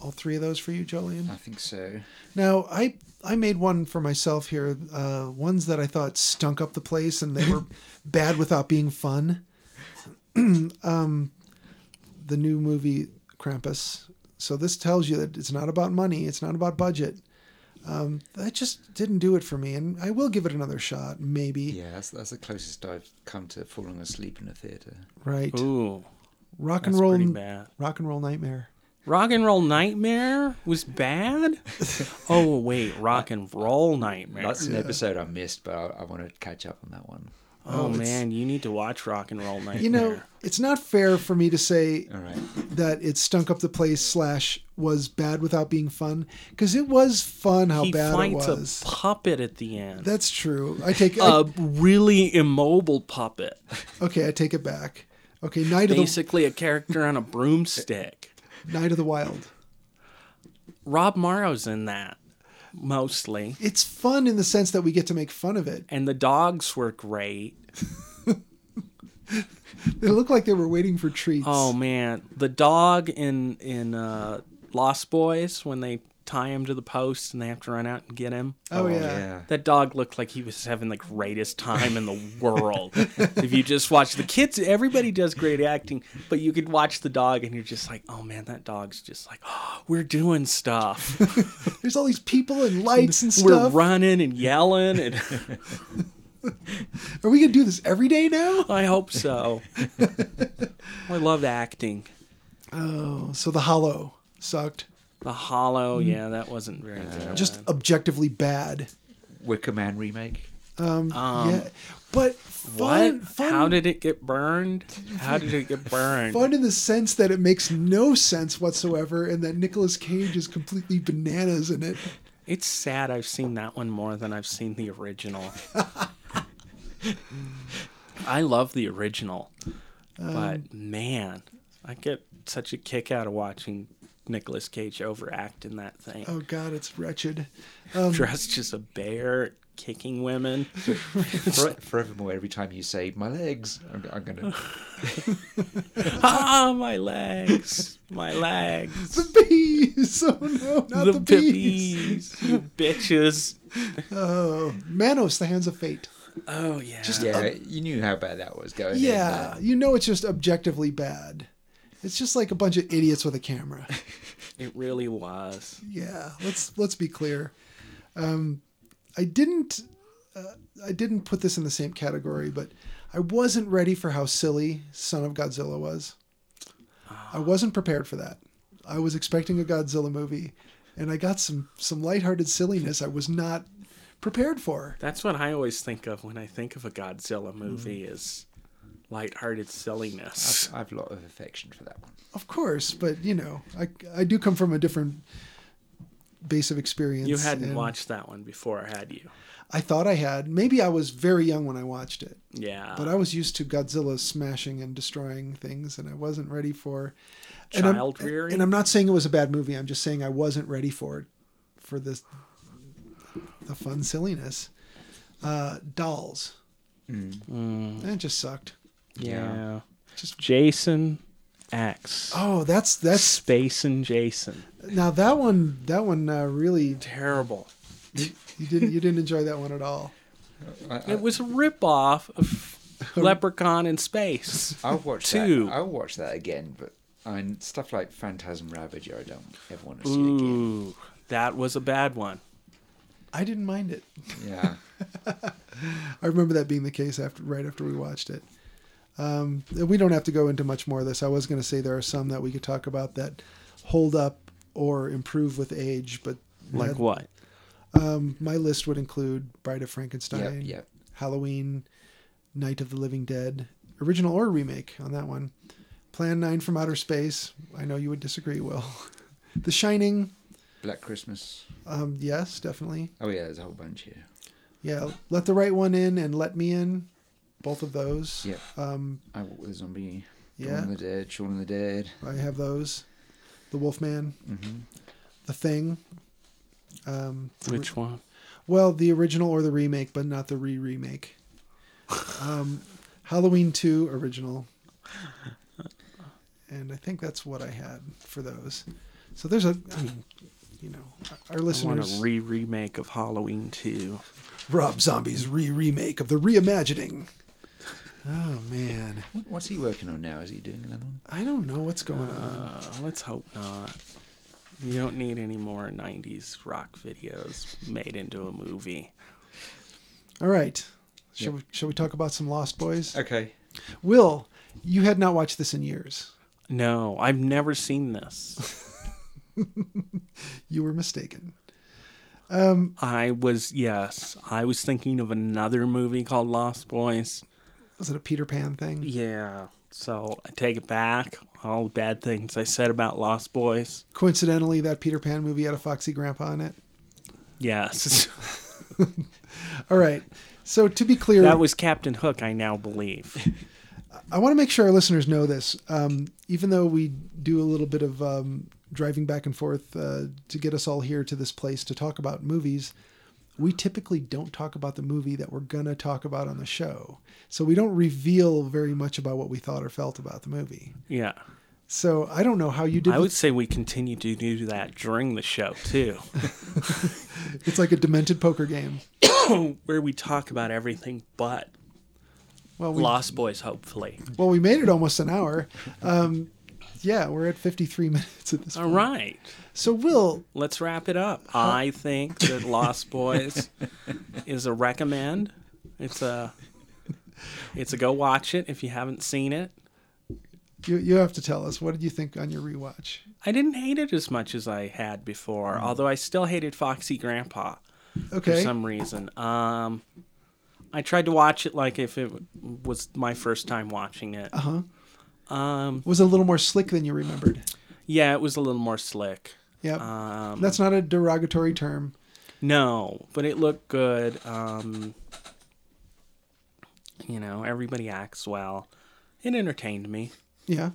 [SPEAKER 1] all three of those for you, Jolene?
[SPEAKER 3] I think so.
[SPEAKER 1] Now, I I made one for myself here. Uh, ones that I thought stunk up the place and they were bad without being fun. um, the new movie Krampus. So this tells you that it's not about money. It's not about budget. Um, that just didn't do it for me, and I will give it another shot, maybe.
[SPEAKER 3] Yeah, that's, that's the closest I've come to falling asleep in a theatre.
[SPEAKER 1] Right?
[SPEAKER 2] Ooh,
[SPEAKER 1] rock and
[SPEAKER 2] that's
[SPEAKER 1] roll,
[SPEAKER 2] pretty bad.
[SPEAKER 1] rock and roll nightmare.
[SPEAKER 2] Rock and Roll Nightmare was bad. oh wait, Rock and Roll Nightmare.
[SPEAKER 3] That's an episode I missed, but I, I want to catch up on that one.
[SPEAKER 2] oh
[SPEAKER 1] it's-
[SPEAKER 2] man, you need to watch Rock and Roll Nightmare.
[SPEAKER 1] You know, it's not fair for me to say
[SPEAKER 3] All right.
[SPEAKER 1] that it stunk up the place slash was bad without being fun because it was fun how
[SPEAKER 2] he
[SPEAKER 1] bad it
[SPEAKER 2] fights a
[SPEAKER 1] was.
[SPEAKER 2] puppet at the end.
[SPEAKER 1] That's true. I take I,
[SPEAKER 2] a really immobile puppet.
[SPEAKER 1] okay. I take it back. Okay, Night of the
[SPEAKER 2] Basically, a character on a broomstick.
[SPEAKER 1] Night of the Wild.
[SPEAKER 2] Rob Morrow's in that mostly,
[SPEAKER 1] It's fun in the sense that we get to make fun of it.
[SPEAKER 2] and the dogs were great.
[SPEAKER 1] They look like they were waiting for treats.
[SPEAKER 2] Oh man, the dog in in uh, Lost Boys when they tie him to the post and they have to run out and get him.
[SPEAKER 1] Oh, yeah.
[SPEAKER 2] That dog looked like he was having the greatest time in the world. if you just watch the kids, everybody does great acting, but you could watch the dog and you're just like, oh man, that dog's just like, oh, we're doing stuff.
[SPEAKER 1] There's all these people and lights and
[SPEAKER 2] we're
[SPEAKER 1] stuff.
[SPEAKER 2] running and yelling, and
[SPEAKER 1] Are we gonna do this every day now?
[SPEAKER 2] I hope so. I love acting.
[SPEAKER 1] Oh, so the Hollow sucked.
[SPEAKER 2] The Hollow, yeah, that wasn't very good.
[SPEAKER 1] Mm. Just objectively bad.
[SPEAKER 3] Wicker Man remake.
[SPEAKER 2] Um,
[SPEAKER 1] yeah, but
[SPEAKER 2] what?
[SPEAKER 1] fun. fun
[SPEAKER 2] How did it get burned? How did it get burned?
[SPEAKER 1] fun in the sense that it makes no sense whatsoever and that Nicolas Cage is completely bananas in it.
[SPEAKER 2] It's sad I've seen that one more than I've seen the original. I love the original,
[SPEAKER 1] Um,
[SPEAKER 2] but man, I get such a kick out of watching Nicolas Cage overact in that thing.
[SPEAKER 1] Oh god, it's wretched. Um,
[SPEAKER 2] Dressed as a bear, kicking women.
[SPEAKER 3] For, forevermore, every time you say my legs, I'm, I'm gonna.
[SPEAKER 2] ah, my legs, my legs.
[SPEAKER 1] The bees. Oh no, not the,
[SPEAKER 2] the
[SPEAKER 1] bees.
[SPEAKER 2] bees, you bitches.
[SPEAKER 1] Oh, Manos, the hands of fate.
[SPEAKER 2] Oh yeah.
[SPEAKER 3] Yeah, you knew how bad that was going. in
[SPEAKER 1] Yeah,
[SPEAKER 3] there.
[SPEAKER 1] you know it's just objectively bad. It's just like a bunch of idiots with a camera.
[SPEAKER 2] it really was.
[SPEAKER 1] Yeah, let's let's be clear. Um, I didn't uh, I didn't put this in the same category, but I wasn't ready for how silly Son of Godzilla was. I wasn't prepared for that. I was expecting a Godzilla movie, and I got some some lighthearted silliness I was not prepared for.
[SPEAKER 2] That's what I always think of when I think of a Godzilla movie
[SPEAKER 1] Mm.
[SPEAKER 2] is lighthearted silliness.
[SPEAKER 3] I've a lot of affection for that one.
[SPEAKER 1] Of course, but you know, I I do come from a different base of experience.
[SPEAKER 2] You hadn't
[SPEAKER 1] and
[SPEAKER 2] watched that one before, had you?
[SPEAKER 1] I thought I had. Maybe I was very young when I watched it.
[SPEAKER 2] Yeah.
[SPEAKER 1] but I was used to Godzilla smashing and destroying things, and I wasn't ready for and I'm-
[SPEAKER 2] Child rearing.
[SPEAKER 1] And I'm not saying it was a bad movie. I'm just saying I wasn't ready for it, for this the fun silliness. Uh, dolls. That just sucked.
[SPEAKER 2] yeah.
[SPEAKER 1] Just-
[SPEAKER 2] Jason X.
[SPEAKER 1] Oh, that's that's
[SPEAKER 2] Space and Jason.
[SPEAKER 1] now that one that one uh, really
[SPEAKER 2] Terrible.
[SPEAKER 1] you didn't you didn't enjoy that one at all.
[SPEAKER 2] It was a ripoff of Leprechaun in Space.
[SPEAKER 3] I'll watch
[SPEAKER 2] Two.
[SPEAKER 3] that. I'll watch that again, but I mean, stuff like Phantasm Ravager, I don't ever want to see again.
[SPEAKER 2] Ooh, that was a bad one.
[SPEAKER 1] I didn't mind it.
[SPEAKER 3] Yeah.
[SPEAKER 1] I remember that being the case after right after we watched it. Um, we don't have to go into much more of this. I was going to say there are some that we could talk about that hold up or improve with age, but
[SPEAKER 2] Like
[SPEAKER 1] that-
[SPEAKER 2] what?
[SPEAKER 1] um, my list would include Bride of Frankenstein,
[SPEAKER 3] Yep, yep.
[SPEAKER 1] Halloween, Night of the Living Dead, original or remake on that one. Plan 9 from Outer Space. I know you would disagree, Will. the Shining.
[SPEAKER 3] Black Christmas.
[SPEAKER 1] Um, yes, definitely.
[SPEAKER 3] Oh yeah, there's a whole bunch here.
[SPEAKER 1] Yeah, Let the Right One In and Let Me In. Both of those.
[SPEAKER 3] Yep.
[SPEAKER 1] Um,
[SPEAKER 3] I Walk with a Zombie.
[SPEAKER 1] Yeah.
[SPEAKER 3] Dawn of the Dead. Shaun of the Dead.
[SPEAKER 1] I have those. The Wolfman,
[SPEAKER 2] Mm-hmm.
[SPEAKER 3] hmm
[SPEAKER 1] The Thing. Um, the
[SPEAKER 2] Which one?
[SPEAKER 1] Well, the original or the remake, but not the re remake. Um, Halloween 2 original. And I think that's what I had for those. So there's a, I mean, you know, our
[SPEAKER 2] I want
[SPEAKER 1] listeners.
[SPEAKER 2] a re remake of Halloween 2.
[SPEAKER 1] Rob Zombie's re remake of the reimagining. Oh, man.
[SPEAKER 3] What, what's he working on now? Is he doing another one?
[SPEAKER 1] I don't know what's going on.
[SPEAKER 2] Uh, let's hope not. You don't need any more 90s rock videos made into a movie.
[SPEAKER 1] All right. Shall, we, shall we talk about some Lost Boys?
[SPEAKER 3] Okay.
[SPEAKER 1] Will, you had not watched this in years.
[SPEAKER 2] No, I've never seen this.
[SPEAKER 1] You were mistaken.
[SPEAKER 2] I was, yes, I was thinking of another movie called Lost Boys.
[SPEAKER 1] Was it a Peter Pan thing?
[SPEAKER 2] Yeah, so I take it back. All the bad things I said about Lost Boys.
[SPEAKER 1] coincidentally that Peter Pan movie had a foxy grandpa in it.
[SPEAKER 2] Yes.
[SPEAKER 1] All right. So to be clear,
[SPEAKER 2] that was Captain Hook, I now believe.
[SPEAKER 1] I want to make sure our listeners know this. Um, even though we do a little bit of um, driving back and forth uh, to get us all here to this place to talk about movies, we typically don't talk about the movie that we're gonna talk about on the show. So we don't reveal very much about what we thought or felt about the movie.
[SPEAKER 2] Yeah.
[SPEAKER 1] So I don't know how you did.
[SPEAKER 2] I
[SPEAKER 1] with-
[SPEAKER 2] would say we continue to do that during the show, too.
[SPEAKER 1] It's like a demented poker game.
[SPEAKER 2] where we talk about everything but
[SPEAKER 1] Well, we
[SPEAKER 2] Lost Boys, hopefully.
[SPEAKER 1] well we made it almost an hour. Um, yeah, we're at fifty three minutes at this
[SPEAKER 2] All
[SPEAKER 1] point.
[SPEAKER 2] right.
[SPEAKER 1] So Will,
[SPEAKER 2] Let's wrap it up. I think that Lost Boys is a recommend. It's a it's a go watch it if you haven't seen it.
[SPEAKER 1] You you have to tell us what did you think on your rewatch?
[SPEAKER 2] I didn't hate it as much as I had before, although I still hated Foxy Grandpa
[SPEAKER 1] Mm. Okay.
[SPEAKER 2] for some reason. Um I tried to watch it like if it was my first time watching it.
[SPEAKER 1] uh huh.
[SPEAKER 2] Um
[SPEAKER 1] Was it a little more slick than you remembered.
[SPEAKER 2] yeah, it was a little more slick.
[SPEAKER 1] Yep.
[SPEAKER 2] Um
[SPEAKER 1] That's not a derogatory term.
[SPEAKER 2] No, but it looked good. Um, you know, everybody acts well. It entertained me.
[SPEAKER 1] Yeah.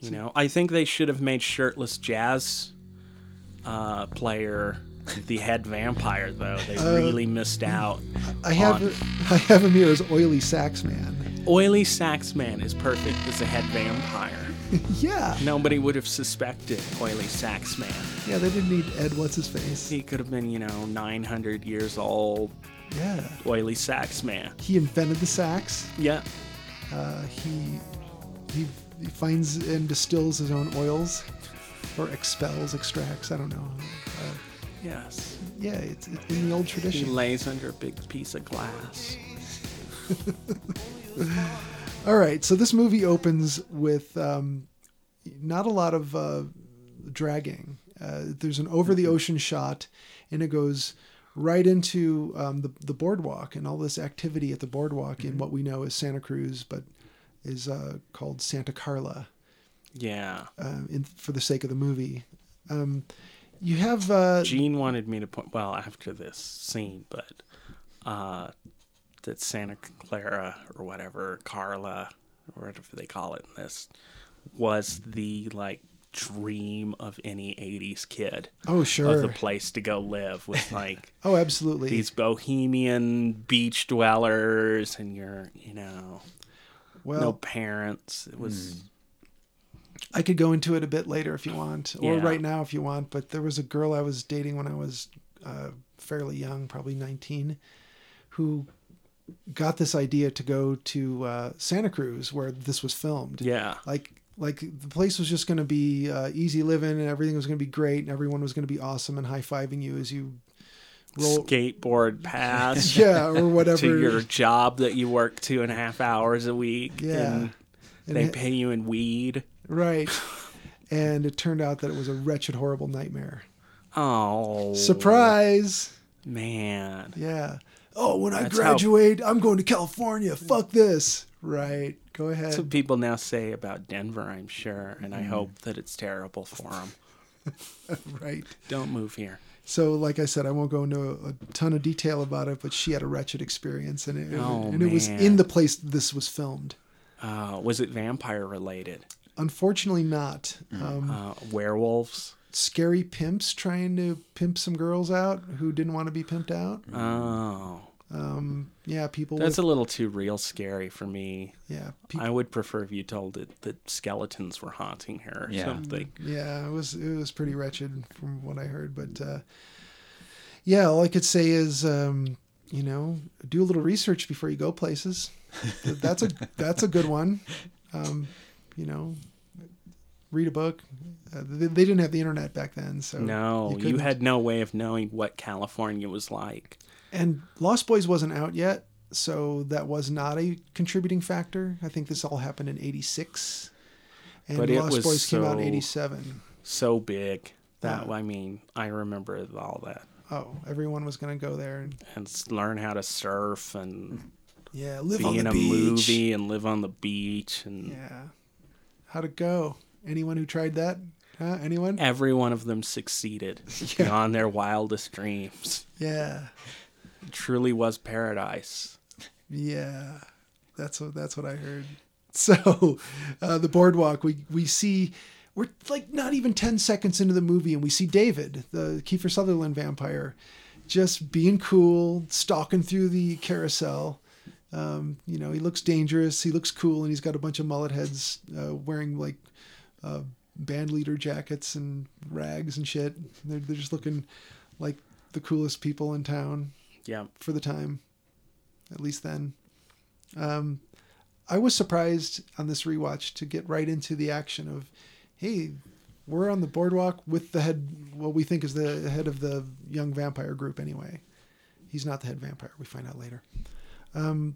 [SPEAKER 2] You know, I think they should have made shirtless jazz uh, player the head vampire, though. They really missed out.
[SPEAKER 1] I have
[SPEAKER 2] on-
[SPEAKER 1] I have him here as oily sax man.
[SPEAKER 2] Oily Saxman is perfect as a head vampire.
[SPEAKER 1] yeah.
[SPEAKER 2] Nobody would have suspected Oily Saxman.
[SPEAKER 1] Yeah. They didn't need Ed. What's his face?
[SPEAKER 2] He could have been, you know, 900 years old,
[SPEAKER 1] Yeah.
[SPEAKER 2] Oily Saxman.
[SPEAKER 1] He invented the sax.
[SPEAKER 2] Yeah,
[SPEAKER 1] Uh, he he he finds and distills his own oils, or expels, extracts. I don't know. Uh,
[SPEAKER 2] yes.
[SPEAKER 1] yeah, it's, it's in the old
[SPEAKER 2] He
[SPEAKER 1] tradition.
[SPEAKER 2] lays under a big piece of glass.
[SPEAKER 1] All right, so this movie opens with um, not a lot of uh, dragging. Uh, there's an over
[SPEAKER 2] Mm-hmm.
[SPEAKER 1] the ocean shot, and it goes right into um, the the boardwalk and all this activity at the boardwalk
[SPEAKER 2] Mm-hmm.
[SPEAKER 1] in what we know as Santa Cruz, but is uh, called Santa Carla
[SPEAKER 2] Yeah.
[SPEAKER 1] uh, in, for the sake of the movie. Um, you have uh,
[SPEAKER 2] Gene wanted me to point, well, after this scene, but uh, that Santa Clara or whatever, Carla, or whatever they call it in this, was the like dream of any 80s kid
[SPEAKER 1] oh
[SPEAKER 2] of the
[SPEAKER 1] sure
[SPEAKER 2] place to go live with like
[SPEAKER 1] oh absolutely
[SPEAKER 2] these bohemian beach dwellers and your, you know,
[SPEAKER 1] well mm.
[SPEAKER 2] no parents. It was.
[SPEAKER 1] I could go into it a bit later if you want, or
[SPEAKER 2] Yeah.
[SPEAKER 1] right now if you want. But there was a girl I was dating when I was uh, fairly young, probably 19, who got this idea to go to uh, Santa Cruz where this was filmed.
[SPEAKER 2] Yeah.
[SPEAKER 1] Like Like the place was just going to be uh, easy living, and everything was going to be great, and everyone was going to be awesome and high fiving you as you roll,
[SPEAKER 2] Skateboard pass
[SPEAKER 1] yeah, or whatever.
[SPEAKER 2] to your job that you work two and a half hours a week.
[SPEAKER 1] Yeah.
[SPEAKER 2] And
[SPEAKER 1] And
[SPEAKER 2] they
[SPEAKER 1] it-
[SPEAKER 2] pay you in weed.
[SPEAKER 1] Right. And it turned out that it was a wretched, horrible nightmare.
[SPEAKER 2] Oh.
[SPEAKER 1] Surprise!
[SPEAKER 2] Man.
[SPEAKER 1] Yeah. Oh, when I
[SPEAKER 2] That's how-
[SPEAKER 1] graduate, I'm going to California. Fuck this. Right. Go ahead.
[SPEAKER 2] That's what people now say about Denver, I'm sure, and
[SPEAKER 1] Mm-hmm.
[SPEAKER 2] I hope that it's terrible for them.
[SPEAKER 1] right.
[SPEAKER 2] Don't move here.
[SPEAKER 1] So, like I said, I won't go into a, a ton of detail about it, but she had a wretched experience, and it,
[SPEAKER 2] Oh,
[SPEAKER 1] and it was
[SPEAKER 2] man.
[SPEAKER 1] in the place this was filmed.
[SPEAKER 2] Uh, was it vampire related?
[SPEAKER 1] Unfortunately, not. Um,
[SPEAKER 2] Uh, werewolves?
[SPEAKER 1] scary pimps trying to pimp some girls out who didn't want to be pimped out.
[SPEAKER 2] Oh.
[SPEAKER 1] Um, yeah, people.
[SPEAKER 2] That's a
[SPEAKER 1] with,
[SPEAKER 2] little too real scary for me.
[SPEAKER 1] yeah, pe-
[SPEAKER 2] I would prefer if you told it that skeletons were haunting her or
[SPEAKER 3] Yeah.
[SPEAKER 2] something.
[SPEAKER 1] yeah it was it was pretty wretched from what i heard but uh yeah all i could say is um you know do a little research before you go places that's a that's a good one um you know read a book uh, they, they didn't have the internet back then so
[SPEAKER 2] No, you,
[SPEAKER 1] couldn't.
[SPEAKER 2] had no way of knowing what California was like.
[SPEAKER 1] and lost boys wasn't out yet so that was not a contributing factor i think this all happened in 86 and
[SPEAKER 2] But it
[SPEAKER 1] lost
[SPEAKER 2] was
[SPEAKER 1] boys came out in
[SPEAKER 2] so-
[SPEAKER 1] 87
[SPEAKER 2] So big. That
[SPEAKER 1] Yeah.
[SPEAKER 2] I mean, I remember all that.
[SPEAKER 1] oh everyone was going to go there and
[SPEAKER 2] And s- learn how to surf and
[SPEAKER 1] Yeah, live on
[SPEAKER 2] be
[SPEAKER 1] the
[SPEAKER 2] in a
[SPEAKER 1] beach.
[SPEAKER 2] movie and live on the beach and
[SPEAKER 1] Yeah, how'd it go? Anyone who tried that? Huh? Anyone?
[SPEAKER 2] every one of them succeeded beyond their wildest dreams.
[SPEAKER 1] Yeah,
[SPEAKER 2] It truly was paradise.
[SPEAKER 1] yeah. That's what that's what I heard. So, uh, the boardwalk. We we see. We're like not even ten seconds into the movie, and we see David, the Kiefer Sutherland vampire, just being cool, stalking through the carousel. Um, you know, he looks dangerous. He looks cool, and he's got a bunch of mullet heads uh, wearing like uh, band leader jackets and rags and shit. They're, they're just looking like the coolest people in town
[SPEAKER 2] Yeah.
[SPEAKER 1] for the time, at least then. Um, I was surprised on this rewatch to get right into the action of, hey, we're on the boardwalk with the head, what we think is the head of the young vampire group anyway. He's not the head vampire. We find out later. Um,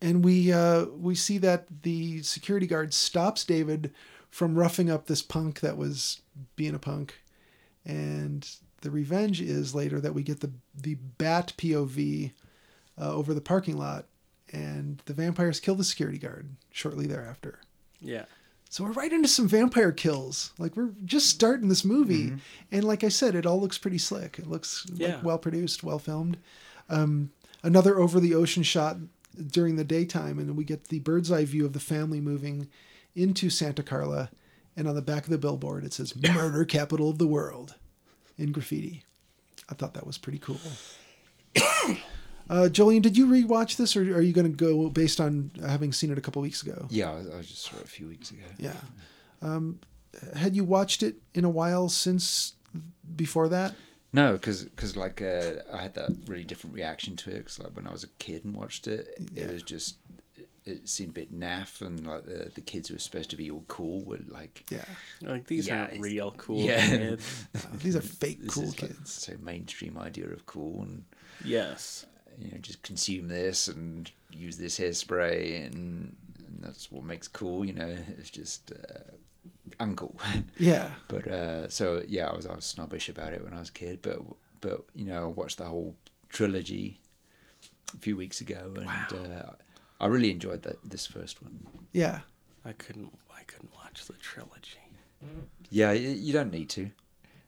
[SPEAKER 1] and we uh, we see that the security guard stops David from roughing up this punk that was being a punk, and the revenge is later that we get the the bat POV uh, over the parking lot, and the vampires kill the security guard shortly thereafter.
[SPEAKER 2] Yeah.
[SPEAKER 1] So we're right into some vampire kills. Like we're just starting this movie, and like I said, it all looks pretty slick. It looks
[SPEAKER 2] Yeah.
[SPEAKER 1] like, well produced, well filmed. Um, another over the ocean shot during the daytime, and we get the bird's eye view of the family moving into Santa Carla, and on the back of the billboard it says "Murder Capital of the World" in graffiti. I thought that was pretty cool. Uh, Jolene, did you rewatch this, or are you going to go based on having seen it a couple weeks ago?
[SPEAKER 3] Yeah, I, I just saw it a few weeks ago.
[SPEAKER 1] Yeah. Um, had you watched it in a while since before that?
[SPEAKER 3] No, because like uh, I had that really different reaction to it. Because like when I was a kid and watched it,
[SPEAKER 1] Yeah.
[SPEAKER 3] it was just it seemed a bit naff, and like the, the kids who were supposed to be all cool were like
[SPEAKER 1] Yeah.
[SPEAKER 2] Like these
[SPEAKER 3] Yeah,
[SPEAKER 2] aren't
[SPEAKER 3] it's-
[SPEAKER 2] real cool
[SPEAKER 3] yeah.
[SPEAKER 2] kids.
[SPEAKER 1] These are fake
[SPEAKER 3] this
[SPEAKER 1] cool
[SPEAKER 3] is, like,
[SPEAKER 1] kids.
[SPEAKER 3] so mainstream idea of cool, and
[SPEAKER 2] Yes.
[SPEAKER 3] you know just consume this and use this hairspray, and, and that's what makes cool. You know, it's just uh, uncool.
[SPEAKER 1] Yeah.
[SPEAKER 3] But uh, so yeah, I was I was snobbish about it when I was a kid, but but you know, I watched the whole trilogy a few weeks ago, and uh, I really enjoyed that this first one.
[SPEAKER 1] Yeah.
[SPEAKER 2] I couldn't I couldn't watch the trilogy.
[SPEAKER 3] Yeah, y- you don't need to,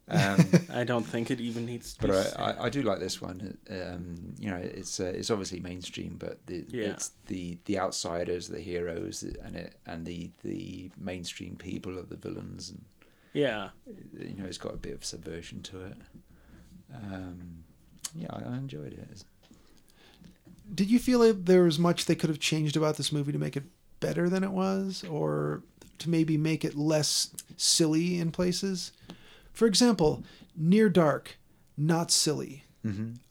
[SPEAKER 3] um,
[SPEAKER 2] I don't think it even needs to
[SPEAKER 3] but
[SPEAKER 2] be
[SPEAKER 3] I,
[SPEAKER 2] said.
[SPEAKER 3] I, I do like this one. Um, you know, it's uh, it's obviously mainstream, but the,
[SPEAKER 2] Yeah.
[SPEAKER 3] it's the the outsiders, the heroes, and it and the the mainstream people are the villains, and
[SPEAKER 2] Yeah.
[SPEAKER 3] you know, it's got a bit of subversion to it. Um, yeah, I, I enjoyed it. It's
[SPEAKER 1] Did you feel like there was much they could have changed about this movie to make it better than it was, or to maybe make it less silly in places? For example, Near Dark, not silly.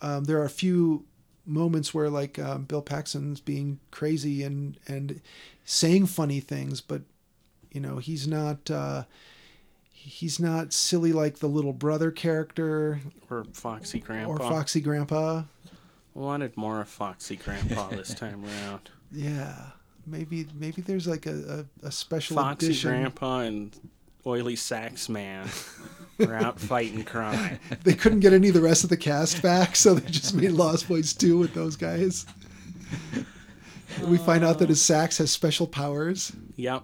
[SPEAKER 1] Um, there are a few moments where like um, Bill Paxton's being crazy and and saying funny things, but You know, he's not uh, he's not silly like the little brother character
[SPEAKER 2] Or Foxy Grandpa.
[SPEAKER 1] or Foxy Grandpa.
[SPEAKER 2] Wanted more of Foxy Grandpa this time around.
[SPEAKER 1] Yeah, maybe maybe there's like a, a, a special
[SPEAKER 2] Foxy
[SPEAKER 1] edition.
[SPEAKER 2] Grandpa and Oily Sax Man were out fighting crime.
[SPEAKER 1] They couldn't get any of the rest of the cast back, so they just made Lost Boys two with those guys. We find out that his sax has special powers,
[SPEAKER 2] Yep.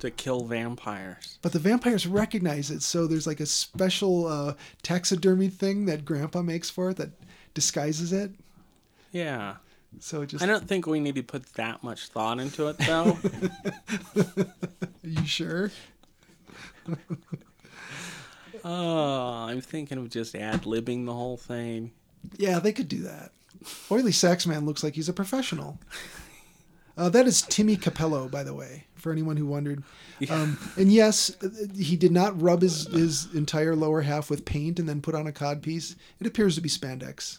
[SPEAKER 2] To kill vampires.
[SPEAKER 1] but the vampires recognize it. So there's like a special uh, taxidermy thing that Grandpa makes for it that disguises it.
[SPEAKER 2] Yeah.
[SPEAKER 1] So it just
[SPEAKER 2] I don't think we need to put that much thought into it, though.
[SPEAKER 1] Are you sure?
[SPEAKER 2] oh, I'm thinking of just ad libbing the whole thing.
[SPEAKER 1] Yeah, they could do that. Oily Saxman looks like he's a professional. Uh, that is Timmy Capello, by the way, for anyone who wondered. Um, and yes, uh, he did not rub his, his entire lower half with paint and then put on a codpiece. It appears to be spandex.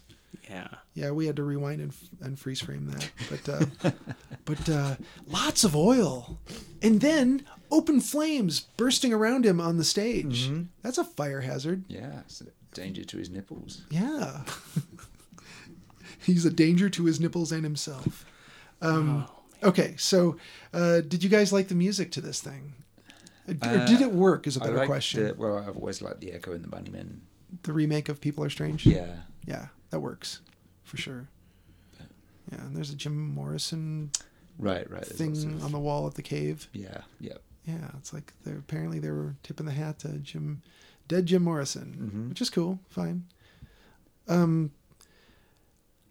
[SPEAKER 2] Yeah.
[SPEAKER 1] Yeah, we had to rewind and, and freeze frame that. But uh, but uh, lots of oil, and then open flames bursting around him on the stage. That's a fire hazard.
[SPEAKER 3] Yeah, it's a danger to his nipples.
[SPEAKER 1] Yeah. He's a danger to his nipples and himself. Um, okay, so uh, did you guys like the music to this thing? Uh, d- Or
[SPEAKER 3] Uh,
[SPEAKER 1] did it work? Is a
[SPEAKER 3] I
[SPEAKER 1] better
[SPEAKER 3] liked
[SPEAKER 1] question.
[SPEAKER 3] The, well, I've always liked the Echo and the Bunnymen.
[SPEAKER 1] The remake of People Are Strange?
[SPEAKER 3] Yeah,
[SPEAKER 1] Yeah, that works for sure. Yeah, and there's a Jim Morrison
[SPEAKER 3] right, right. there's lots
[SPEAKER 1] thing
[SPEAKER 3] of-
[SPEAKER 1] on the wall at the cave.
[SPEAKER 3] yeah, yeah.
[SPEAKER 1] Yeah, it's like they're, apparently they were tipping the hat to Jim, dead Jim Morrison,
[SPEAKER 3] Mhm.
[SPEAKER 1] which is cool, fine. Um,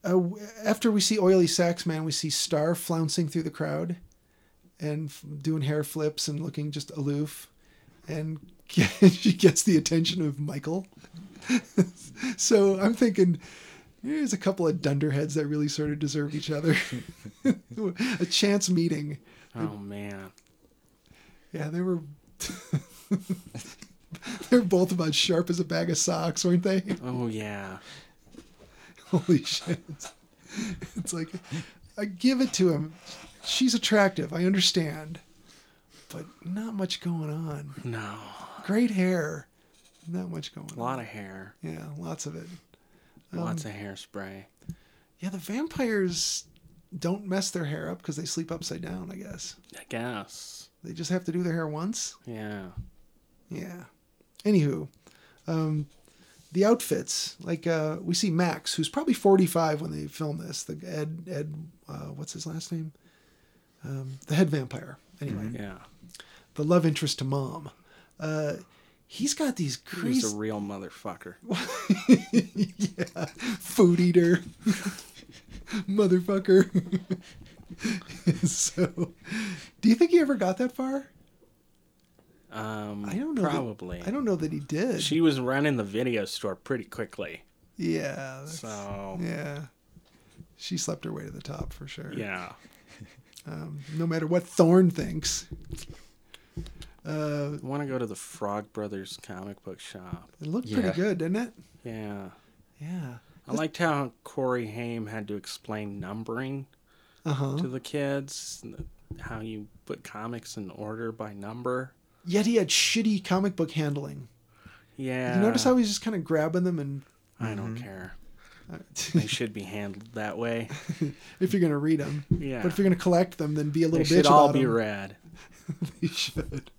[SPEAKER 1] uh, w- after we see Oily Sax Man, we see Star flouncing through the crowd and f- doing hair flips and looking just aloof, and she gets the attention of Michael. so I'm thinking. Here's a couple of dunderheads that really sort of deserve each other. a chance meeting.
[SPEAKER 2] Oh, man.
[SPEAKER 1] Yeah, they were. They're both about sharp as a bag of socks, weren't they?
[SPEAKER 2] Oh, yeah.
[SPEAKER 1] Holy shit! It's like, I give it to him. She's attractive, I understand, but not much going on.
[SPEAKER 2] No.
[SPEAKER 1] Great hair, not much going
[SPEAKER 2] A
[SPEAKER 1] on.
[SPEAKER 2] lot of hair.
[SPEAKER 1] Yeah, lots of it.
[SPEAKER 2] Lots of hairspray.
[SPEAKER 1] Yeah, the vampires don't mess their hair up because they sleep upside down. I guess
[SPEAKER 2] I guess.
[SPEAKER 1] they just have to do their hair once.
[SPEAKER 2] Yeah.
[SPEAKER 1] Yeah. Anywho, um, the outfits like uh, we see Max, who's probably forty five when they film this. The Ed Ed, uh, what's his last name? Um, the head vampire. Anyway,
[SPEAKER 2] Yeah.
[SPEAKER 1] the love interest to mom. Uh, he's got these
[SPEAKER 2] He was
[SPEAKER 1] crazy
[SPEAKER 2] a real motherfucker.
[SPEAKER 1] yeah, food eater, motherfucker. so, do you think he ever got that far?
[SPEAKER 2] Um,
[SPEAKER 1] I don't know. that-
[SPEAKER 2] Probably.
[SPEAKER 1] I don't know that he did.
[SPEAKER 2] She was running the video store pretty quickly.
[SPEAKER 1] yeah. that's-
[SPEAKER 2] So,
[SPEAKER 1] Yeah. She slept her way to the top for sure.
[SPEAKER 2] yeah.
[SPEAKER 1] Um, no matter what Thorne thinks. Uh,
[SPEAKER 2] I want to go to the Frog Brothers comic book shop.
[SPEAKER 1] it looked
[SPEAKER 3] Yeah.
[SPEAKER 1] pretty good, didn't it?
[SPEAKER 2] Yeah.
[SPEAKER 1] Yeah.
[SPEAKER 2] I liked how Corey Haim had to explain numbering
[SPEAKER 1] Uh huh.
[SPEAKER 2] to the kids, and how you put comics in order by number.
[SPEAKER 1] Yet he had shitty comic book handling.
[SPEAKER 2] Yeah.
[SPEAKER 1] Did You notice how Mm-hmm. he's just kind of grabbing them and.
[SPEAKER 2] I don't care. They
[SPEAKER 1] Uh,
[SPEAKER 2] should be handled that way.
[SPEAKER 1] if you're gonna read them,
[SPEAKER 2] Yeah.
[SPEAKER 1] but if you're gonna collect them, then be a
[SPEAKER 2] They
[SPEAKER 1] little
[SPEAKER 2] should
[SPEAKER 1] bitch
[SPEAKER 2] all
[SPEAKER 1] about
[SPEAKER 2] be
[SPEAKER 1] 'em.
[SPEAKER 2] read.
[SPEAKER 1] they should.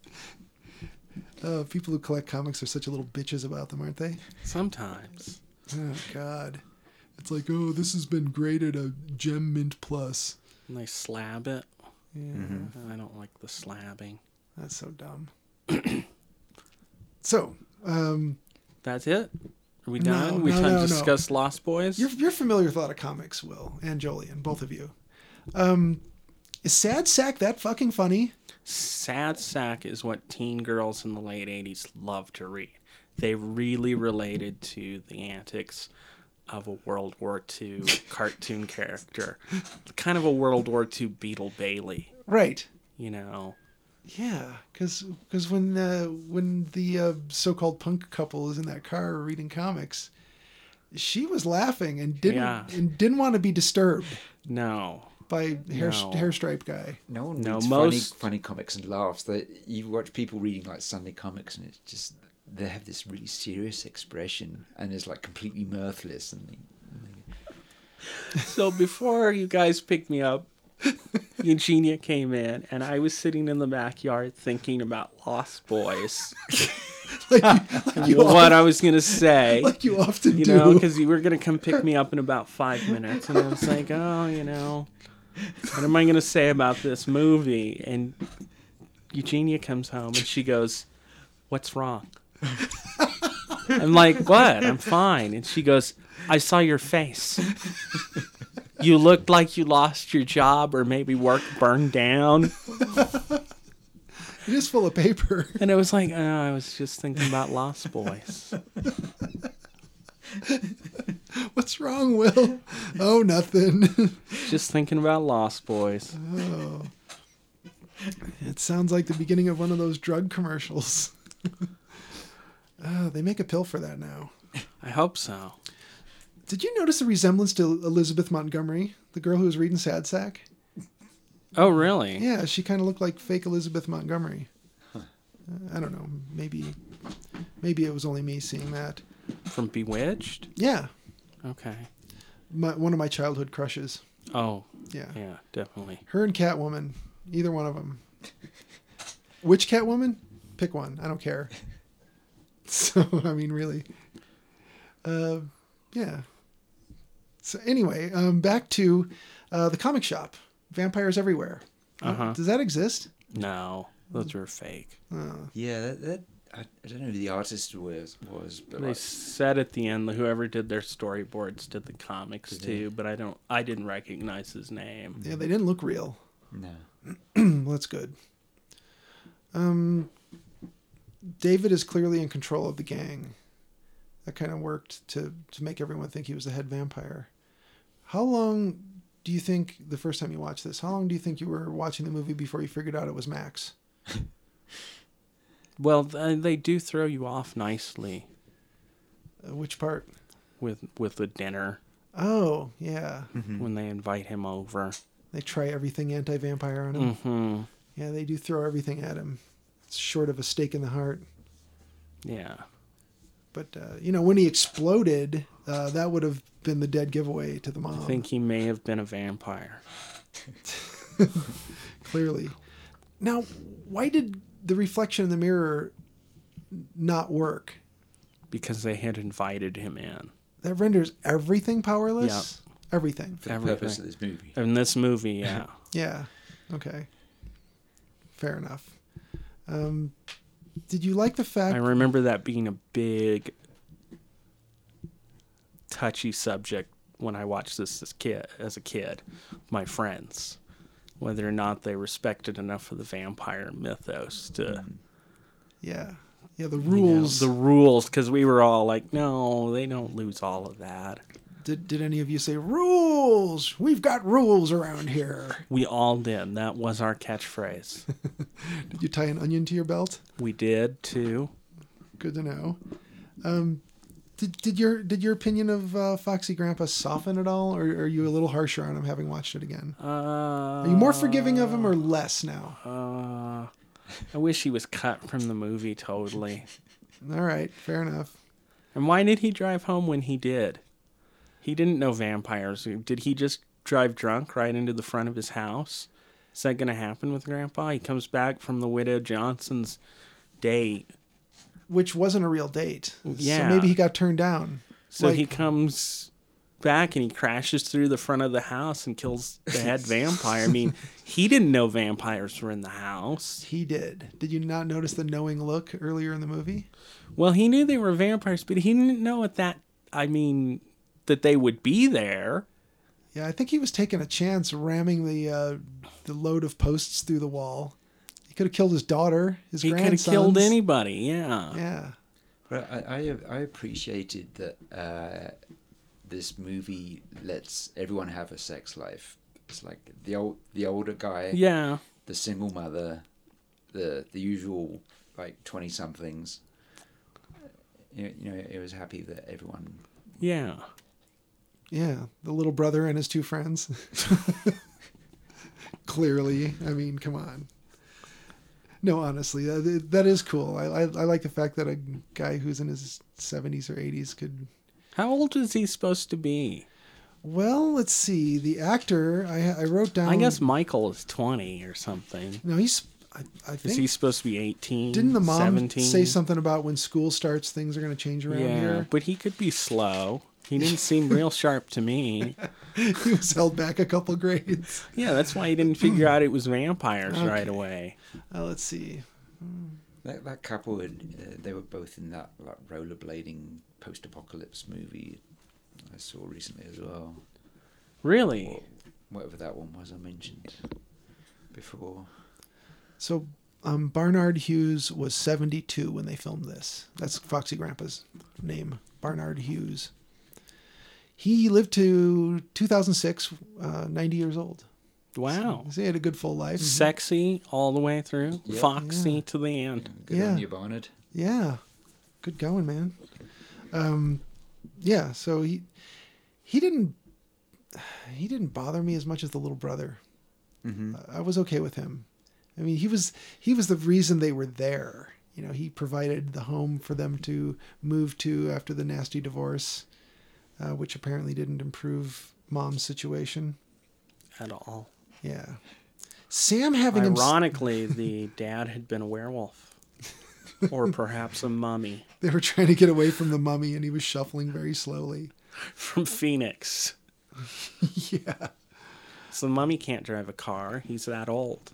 [SPEAKER 1] Uh, people who collect comics are such little bitches about them, aren't they?
[SPEAKER 2] Sometimes.
[SPEAKER 1] Oh God, it's like, oh, this has been graded a gem mint plus.
[SPEAKER 2] And they slab it.
[SPEAKER 1] Yeah. Mm-hmm.
[SPEAKER 2] I don't like the slabbing.
[SPEAKER 1] That's so dumb. so, um,
[SPEAKER 2] That's it? Are we
[SPEAKER 1] No,
[SPEAKER 2] done? we
[SPEAKER 1] no,
[SPEAKER 2] time to
[SPEAKER 1] no, no.
[SPEAKER 2] discuss Lost Boys?
[SPEAKER 1] you're you're familiar with a lot of comics, Will and Jolien, both of you. Um, is Sad Sack that fucking funny?
[SPEAKER 2] Sad Sack is what teen girls in the late 80s loved to read. They really related to the antics of a World War II cartoon character. Kind of a World War II Beetle Bailey,
[SPEAKER 1] Right.
[SPEAKER 2] you know?
[SPEAKER 1] Yeah, because when uh, when the uh, so-called punk couple is in that car reading comics, she was laughing and didn't
[SPEAKER 2] Yeah.
[SPEAKER 1] and didn't want to be disturbed.
[SPEAKER 2] No.
[SPEAKER 1] by hair
[SPEAKER 2] No.
[SPEAKER 1] hair stripe guy.
[SPEAKER 3] No one
[SPEAKER 2] No,
[SPEAKER 3] reads
[SPEAKER 2] most-
[SPEAKER 3] funny, funny comics and laughs. That you watch people reading like Sunday comics, and it's just they have this really serious expression, and it's like completely mirthless. And
[SPEAKER 2] So before you guys picked me up, Eugenia came in, and I was sitting in the backyard thinking about Lost Boys.
[SPEAKER 1] Like, you- like you,
[SPEAKER 2] what I was gonna say,
[SPEAKER 1] like you often
[SPEAKER 2] you
[SPEAKER 1] do.
[SPEAKER 2] know, because you were gonna come pick me up in about five minutes, and I was like, oh, you know, what am I gonna say about this movie? And Eugenia comes home and she goes, "What's wrong?" I'm like, "What? I'm fine." And she goes, "I saw your face." You looked like you lost your job or maybe work burned down.
[SPEAKER 1] it is full of paper.
[SPEAKER 2] And it was like, oh, I was just thinking about Lost Boys.
[SPEAKER 1] What's wrong, Will? Oh, nothing.
[SPEAKER 2] Just thinking about Lost Boys.
[SPEAKER 1] it sounds like the beginning of one of those drug commercials. oh, they make a pill for that now.
[SPEAKER 2] I hope so.
[SPEAKER 1] Did you notice the resemblance to Elizabeth Montgomery, the girl who was reading Sad Sack?
[SPEAKER 2] Oh, really?
[SPEAKER 1] Yeah, she kind of looked like fake Elizabeth Montgomery. Uh, I don't know. Maybe, maybe it was only me seeing that.
[SPEAKER 2] From Bewitched?
[SPEAKER 1] Yeah,
[SPEAKER 2] Okay.
[SPEAKER 1] my, one of my childhood crushes.
[SPEAKER 2] Oh,
[SPEAKER 1] Yeah.
[SPEAKER 2] yeah, definitely.
[SPEAKER 1] her and Catwoman, either one of them. Which Catwoman? Pick one. I don't care. So I mean, really. Uh, yeah. So anyway, um, back to uh, the comic shop. Vampires everywhere.
[SPEAKER 2] Uh-huh.
[SPEAKER 1] Does that exist?
[SPEAKER 2] No, those were fake.
[SPEAKER 1] Uh,
[SPEAKER 3] yeah, that, that I, I don't know who the artist was, was but
[SPEAKER 2] They
[SPEAKER 3] like,
[SPEAKER 2] said at the end that whoever did their storyboards did the comics too, but I don't I didn't recognize his name.
[SPEAKER 1] yeah, they didn't look real.
[SPEAKER 3] no,
[SPEAKER 1] Well, that's good. Um, David is clearly in control of the gang. That kind of worked to to make everyone think he was the head vampire. How long do you think the first time you watched this? How long do you think you were watching the movie before you figured out it was Max?
[SPEAKER 2] Well, th- uh, they do throw you off nicely
[SPEAKER 1] Uh, which part?
[SPEAKER 2] with with the dinner
[SPEAKER 1] Oh, yeah.
[SPEAKER 2] when they invite him over.
[SPEAKER 1] They try everything anti-vampire on him.
[SPEAKER 2] Mhm.
[SPEAKER 1] Yeah, they do throw everything at him. It's short of a stake in the heart.
[SPEAKER 2] Yeah.
[SPEAKER 1] But uh, you know, when he exploded, uh, that would have been the dead giveaway to the mom.
[SPEAKER 2] I think he may have been a vampire.
[SPEAKER 1] clearly. Now, why did the reflection in the mirror not work?
[SPEAKER 2] because they had invited him in.
[SPEAKER 1] That renders everything powerless. Everything.
[SPEAKER 3] for the purpose of this movie.
[SPEAKER 2] In this movie, yeah.
[SPEAKER 1] Yeah. Okay. Fair enough. Um, did you like the fact?
[SPEAKER 2] I remember that being a big touchy subject when I watched this as kid as a kid, with my friends. Whether or not they respected enough of the vampire mythos to
[SPEAKER 1] yeah. Yeah. The
[SPEAKER 2] you know,
[SPEAKER 1] rules.
[SPEAKER 2] the rules, because we were all like, "No, they don't lose all of that."
[SPEAKER 1] Did Did any of you say rules? We've got rules around here.
[SPEAKER 2] We all did. That was our catchphrase.
[SPEAKER 1] Did you tie an onion to your belt?
[SPEAKER 2] we did too.
[SPEAKER 1] Good to know. Um, did, did your did your opinion of uh, Foxy Grandpa soften at all, or are you a little harsher on him having watched it again?
[SPEAKER 2] Uh,
[SPEAKER 1] Are you more forgiving of him or less now?
[SPEAKER 2] Uh, I wish he was cut from the movie totally.
[SPEAKER 1] All right, fair enough.
[SPEAKER 2] And why did he drive home when he did? He didn't know vampires. Did he just drive drunk right into the front of his house? Is that going to happen with Grandpa? He comes back from the widow Johnson's date.
[SPEAKER 1] Which wasn't a real date,
[SPEAKER 2] Yeah.
[SPEAKER 1] so maybe he got turned down.
[SPEAKER 2] So
[SPEAKER 1] Like-
[SPEAKER 2] he comes back and he crashes through the front of the house and kills the head vampire. I mean, he didn't know vampires were in the house.
[SPEAKER 1] He did. Did you not notice the knowing look earlier in the movie?
[SPEAKER 2] Well, he knew they were vampires, but he didn't know at that. I mean, that they would be there.
[SPEAKER 1] Yeah, I think he was taking a chance ramming the uh, the load of posts through the wall. He could have killed his daughter, his
[SPEAKER 2] He could have
[SPEAKER 1] grandsons.
[SPEAKER 2] killed anybody. Yeah.
[SPEAKER 1] Yeah,
[SPEAKER 3] Well, I, I I appreciated that uh, this movie lets everyone have a sex life. It's like the old the older guy,
[SPEAKER 2] Yeah.
[SPEAKER 3] the single mother, the the usual like twenty somethings. You, you know, it was happy that everyone.
[SPEAKER 2] Yeah.
[SPEAKER 1] yeah. The little brother and his two friends. Clearly, I mean, come on. No, honestly, that, that is cool. I, I I like the fact that a guy who's in his seventies or eighties could.
[SPEAKER 2] How old is he supposed to be?
[SPEAKER 1] Well, let's see. The actor I I wrote down.
[SPEAKER 2] I guess Michael is 20 or something.
[SPEAKER 1] no, he's. I, I
[SPEAKER 2] Is
[SPEAKER 1] think
[SPEAKER 2] he supposed to be 18?
[SPEAKER 1] Didn't the mom
[SPEAKER 2] 17?
[SPEAKER 1] say something about when school starts, things are going to change around
[SPEAKER 2] Yeah,
[SPEAKER 1] here?
[SPEAKER 2] but he could be slow. He didn't seem real sharp to me.
[SPEAKER 1] he was held back a couple grades.
[SPEAKER 2] Yeah, that's why he didn't figure out it was vampires right
[SPEAKER 1] Okay.
[SPEAKER 2] away.
[SPEAKER 1] Uh, let's see.
[SPEAKER 3] That, that couple, had, uh, they were both in that like rollerblading post-apocalypse movie I saw recently as well.
[SPEAKER 2] Really?
[SPEAKER 3] Or whatever that one was I mentioned before.
[SPEAKER 1] So um, Barnard Hughes was 72 when they filmed this. That's Foxy Grandpa's name, Barnard Hughes. He lived to 2006, uh, 90 years old.
[SPEAKER 2] Wow. Mm-hmm.
[SPEAKER 1] So he had a good full life.
[SPEAKER 2] Sexy all the way through,
[SPEAKER 3] Yeah.
[SPEAKER 2] foxy to the end.
[SPEAKER 3] Good
[SPEAKER 1] Yeah.
[SPEAKER 3] on you, Barnard.
[SPEAKER 1] Yeah, good going, man. Um, yeah. So he he didn't he didn't bother me as much as the little brother. Uh,
[SPEAKER 3] Mhm.
[SPEAKER 1] I was okay with him. I mean, he was he was the reason they were there. You know, he provided the home for them to move to after the nasty divorce, uh, which apparently didn't improve mom's situation.
[SPEAKER 2] at all.
[SPEAKER 1] Yeah. Sam having him.
[SPEAKER 2] Ironically, the dad had been a werewolf, or perhaps a mummy
[SPEAKER 1] They were trying to get away from the mummy, and he was shuffling very slowly.
[SPEAKER 2] from Phoenix.
[SPEAKER 1] yeah.
[SPEAKER 2] So the mummy can't drive a car. He's that old.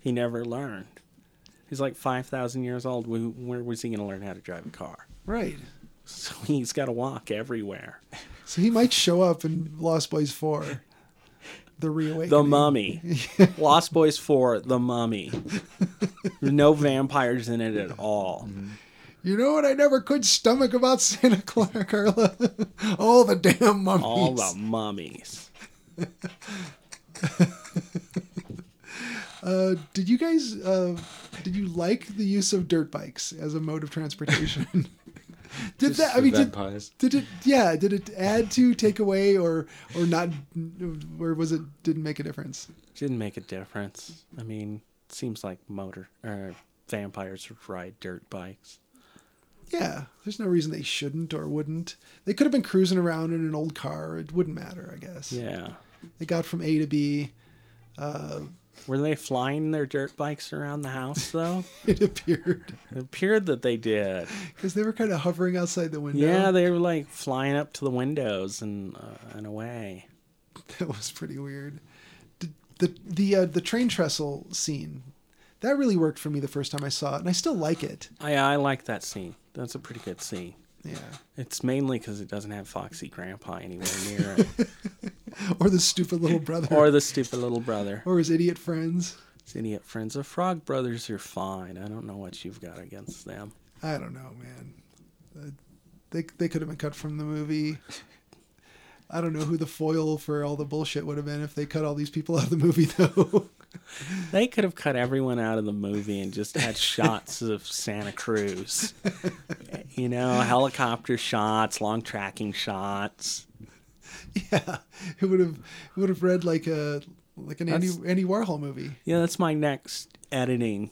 [SPEAKER 2] He never learned. He's like five thousand years old. Wh- Where was he going to learn how to drive a car?
[SPEAKER 1] Right.
[SPEAKER 2] So he's got to walk everywhere.
[SPEAKER 1] So he might show up in Lost Boys 4. The reawakening.
[SPEAKER 2] The Mummy, Lost Boys Four, The Mummy. There's no vampires in it at all.
[SPEAKER 1] You know what I never could stomach about Santa Clara, Carla? All the damn mummies.
[SPEAKER 2] All the mummies.
[SPEAKER 1] Uh, did you guys uh, did you like the use of dirt bikes as a mode of transportation? did that? I
[SPEAKER 3] The
[SPEAKER 1] mean, did,
[SPEAKER 3] vampires.
[SPEAKER 1] did it? Yeah, did it add to, take away, or or not? Or was it didn't make a difference?
[SPEAKER 2] Didn't make a difference. I mean, seems like motor or vampires ride dirt bikes.
[SPEAKER 1] Yeah, there's no reason they shouldn't or wouldn't. They could have been cruising around in an old car. It wouldn't matter, I guess.
[SPEAKER 2] Yeah.
[SPEAKER 1] They got from A to B.
[SPEAKER 2] Were they flying their dirt bikes around the house though?
[SPEAKER 1] It appeared
[SPEAKER 2] it appeared that they did.
[SPEAKER 1] because they were kind of hovering outside the window.
[SPEAKER 2] Yeah, they were like flying up to the windows and uh, and away.
[SPEAKER 1] that was pretty weird. The the the, uh, the train trestle scene that really worked for me the first time I saw it, and I still like it.
[SPEAKER 2] I I like that scene. That's a pretty good scene.
[SPEAKER 1] Yeah,
[SPEAKER 2] It's mainly because it doesn't have Foxy Grandpa anywhere near it,
[SPEAKER 1] or the stupid little brother,
[SPEAKER 2] or the stupid little brother.
[SPEAKER 1] or his idiot friends.
[SPEAKER 2] His idiot friends. The Frog Brothers are fine. I don't know what you've got against them.
[SPEAKER 1] I don't know, man. Uh, They they could have been cut from the movie. I don't know who the foil for all the bullshit would have been if they cut all these people out of the movie, though.
[SPEAKER 2] They could have cut everyone out of the movie and just had shots of Santa Cruz. You know, helicopter shots, long tracking shots.
[SPEAKER 1] yeah, it would have it would have read like a like an Andy,
[SPEAKER 2] That's-
[SPEAKER 1] Andy Warhol movie.
[SPEAKER 2] Yeah, that's my next editing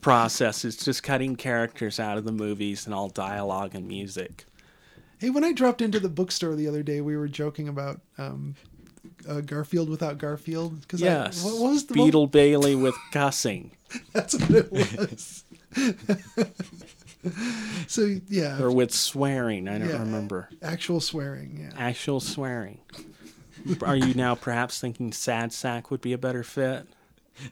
[SPEAKER 2] process. It's just cutting characters out of the movies and all dialogue and music.
[SPEAKER 1] Hey, when I dropped into the bookstore the other day, we were joking about um, uh, Garfield without Garfield. Cause I-
[SPEAKER 2] Yes.
[SPEAKER 1] what, what was the
[SPEAKER 2] Beetle Bailey with cussing
[SPEAKER 1] That's what it was. so yeah,
[SPEAKER 2] or with swearing. I don't
[SPEAKER 1] Yeah.
[SPEAKER 2] remember.
[SPEAKER 1] actual swearing. Yeah,
[SPEAKER 2] Actual swearing. Are you now perhaps thinking Sad Sack would be a better fit?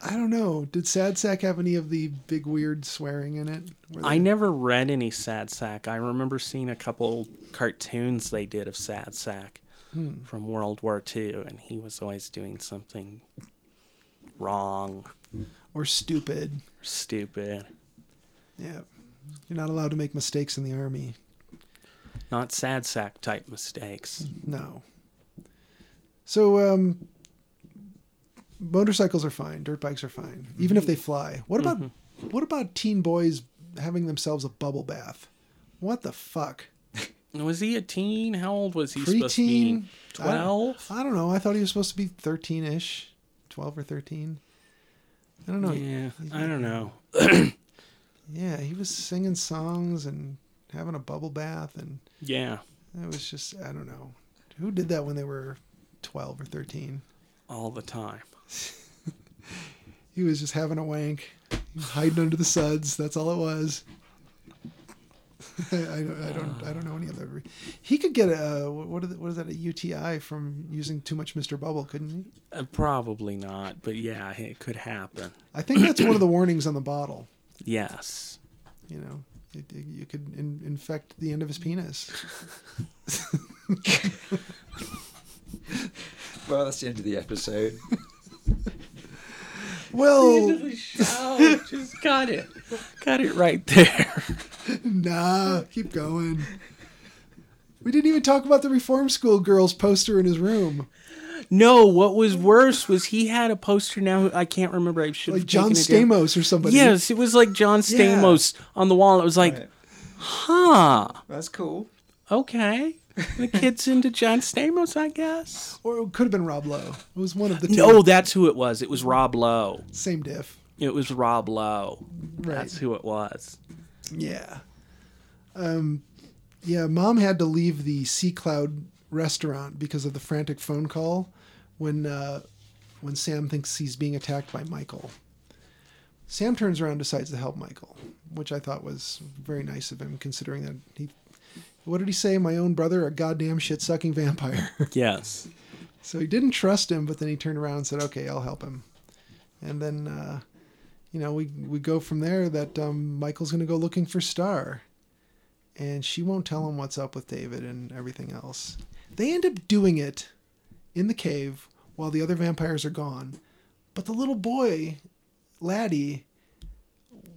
[SPEAKER 1] I don't know. Did Sad Sack have any of the big weird swearing in it? Were
[SPEAKER 2] I
[SPEAKER 1] they-
[SPEAKER 2] never read any Sad Sack. I remember seeing a couple cartoons they did of Sad Sack
[SPEAKER 1] Hmm.
[SPEAKER 2] from World War II, and he was always doing something wrong
[SPEAKER 1] or stupid.
[SPEAKER 2] or stupid.
[SPEAKER 1] Yeah, you're not allowed to make mistakes in the army.
[SPEAKER 2] Not Sad Sack type mistakes.
[SPEAKER 1] No. So um, motorcycles are fine. Dirt bikes are fine, even
[SPEAKER 2] Mm-hmm.
[SPEAKER 1] if they fly. What about what about teen boys having themselves a bubble bath? What the fuck?
[SPEAKER 2] Was he a teen? How old was he supposed to
[SPEAKER 1] Hmm. Preteen.
[SPEAKER 2] be?
[SPEAKER 1] I don't-
[SPEAKER 2] Twelve.
[SPEAKER 1] I don't know. I thought he was supposed to be 13 ish, 12 or 13. I don't know.
[SPEAKER 2] Yeah, I don't know.
[SPEAKER 1] Yeah, he was singing songs and having a bubble bath, and
[SPEAKER 2] Yeah,
[SPEAKER 1] it was just, I don't know. Who did that when they were 12 or 13?
[SPEAKER 2] all the time.
[SPEAKER 1] He was just having a wank, he was hiding under the suds. That's all it was. I, I don't, I don't, I don't know any other. re- He could get a what? What is, what is that? A UTI from using too much Mr. Bubble, couldn't he?
[SPEAKER 2] Uh, probably not, but yeah, it could happen.
[SPEAKER 1] I think that's one of the warnings on the bottle.
[SPEAKER 2] Yes.
[SPEAKER 1] you know, it, it- you could in, infect the end of his penis.
[SPEAKER 3] Well, that's the end of the episode.
[SPEAKER 1] Well,
[SPEAKER 2] show. Just got it. Got it right there.
[SPEAKER 1] nah, keep going. We didn't even talk about the reform school girls poster in his room.
[SPEAKER 2] No, what was worse was he had a poster now. I can't remember. I should
[SPEAKER 1] Like
[SPEAKER 2] have
[SPEAKER 1] John
[SPEAKER 2] taken it down.
[SPEAKER 1] Stamos or somebody.
[SPEAKER 2] Yes, it was like John
[SPEAKER 1] Yeah.
[SPEAKER 2] Stamos on the wall. It was like,
[SPEAKER 3] Right.
[SPEAKER 2] huh,
[SPEAKER 3] That's cool.
[SPEAKER 2] okay. The kid's into John Stamos, I guess.
[SPEAKER 1] Or it could have been Rob Lowe. It was one of the two.
[SPEAKER 2] No, that's who it was. It was Rob Lowe.
[SPEAKER 1] Same diff.
[SPEAKER 2] It was Rob Lowe.
[SPEAKER 1] Right.
[SPEAKER 2] That's who it was.
[SPEAKER 1] Yeah. Um, yeah, mom had to leave the Sea Cloud restaurant because of the frantic phone call when uh, when Sam thinks he's being attacked by Michael. Sam turns around and decides to help Michael, which I thought was very nice of him considering that he what did he say? My own brother, a goddamn shit sucking vampire.
[SPEAKER 2] Yes.
[SPEAKER 1] so he didn't trust him, but then he turned around and said, "Okay, I'll help him." And then, uh, you know, we we go from there. That um, Michael's going to go looking for Star, and she won't tell him what's up with David and everything else. They end up doing it in the cave while the other vampires are gone, but the little boy, Laddie,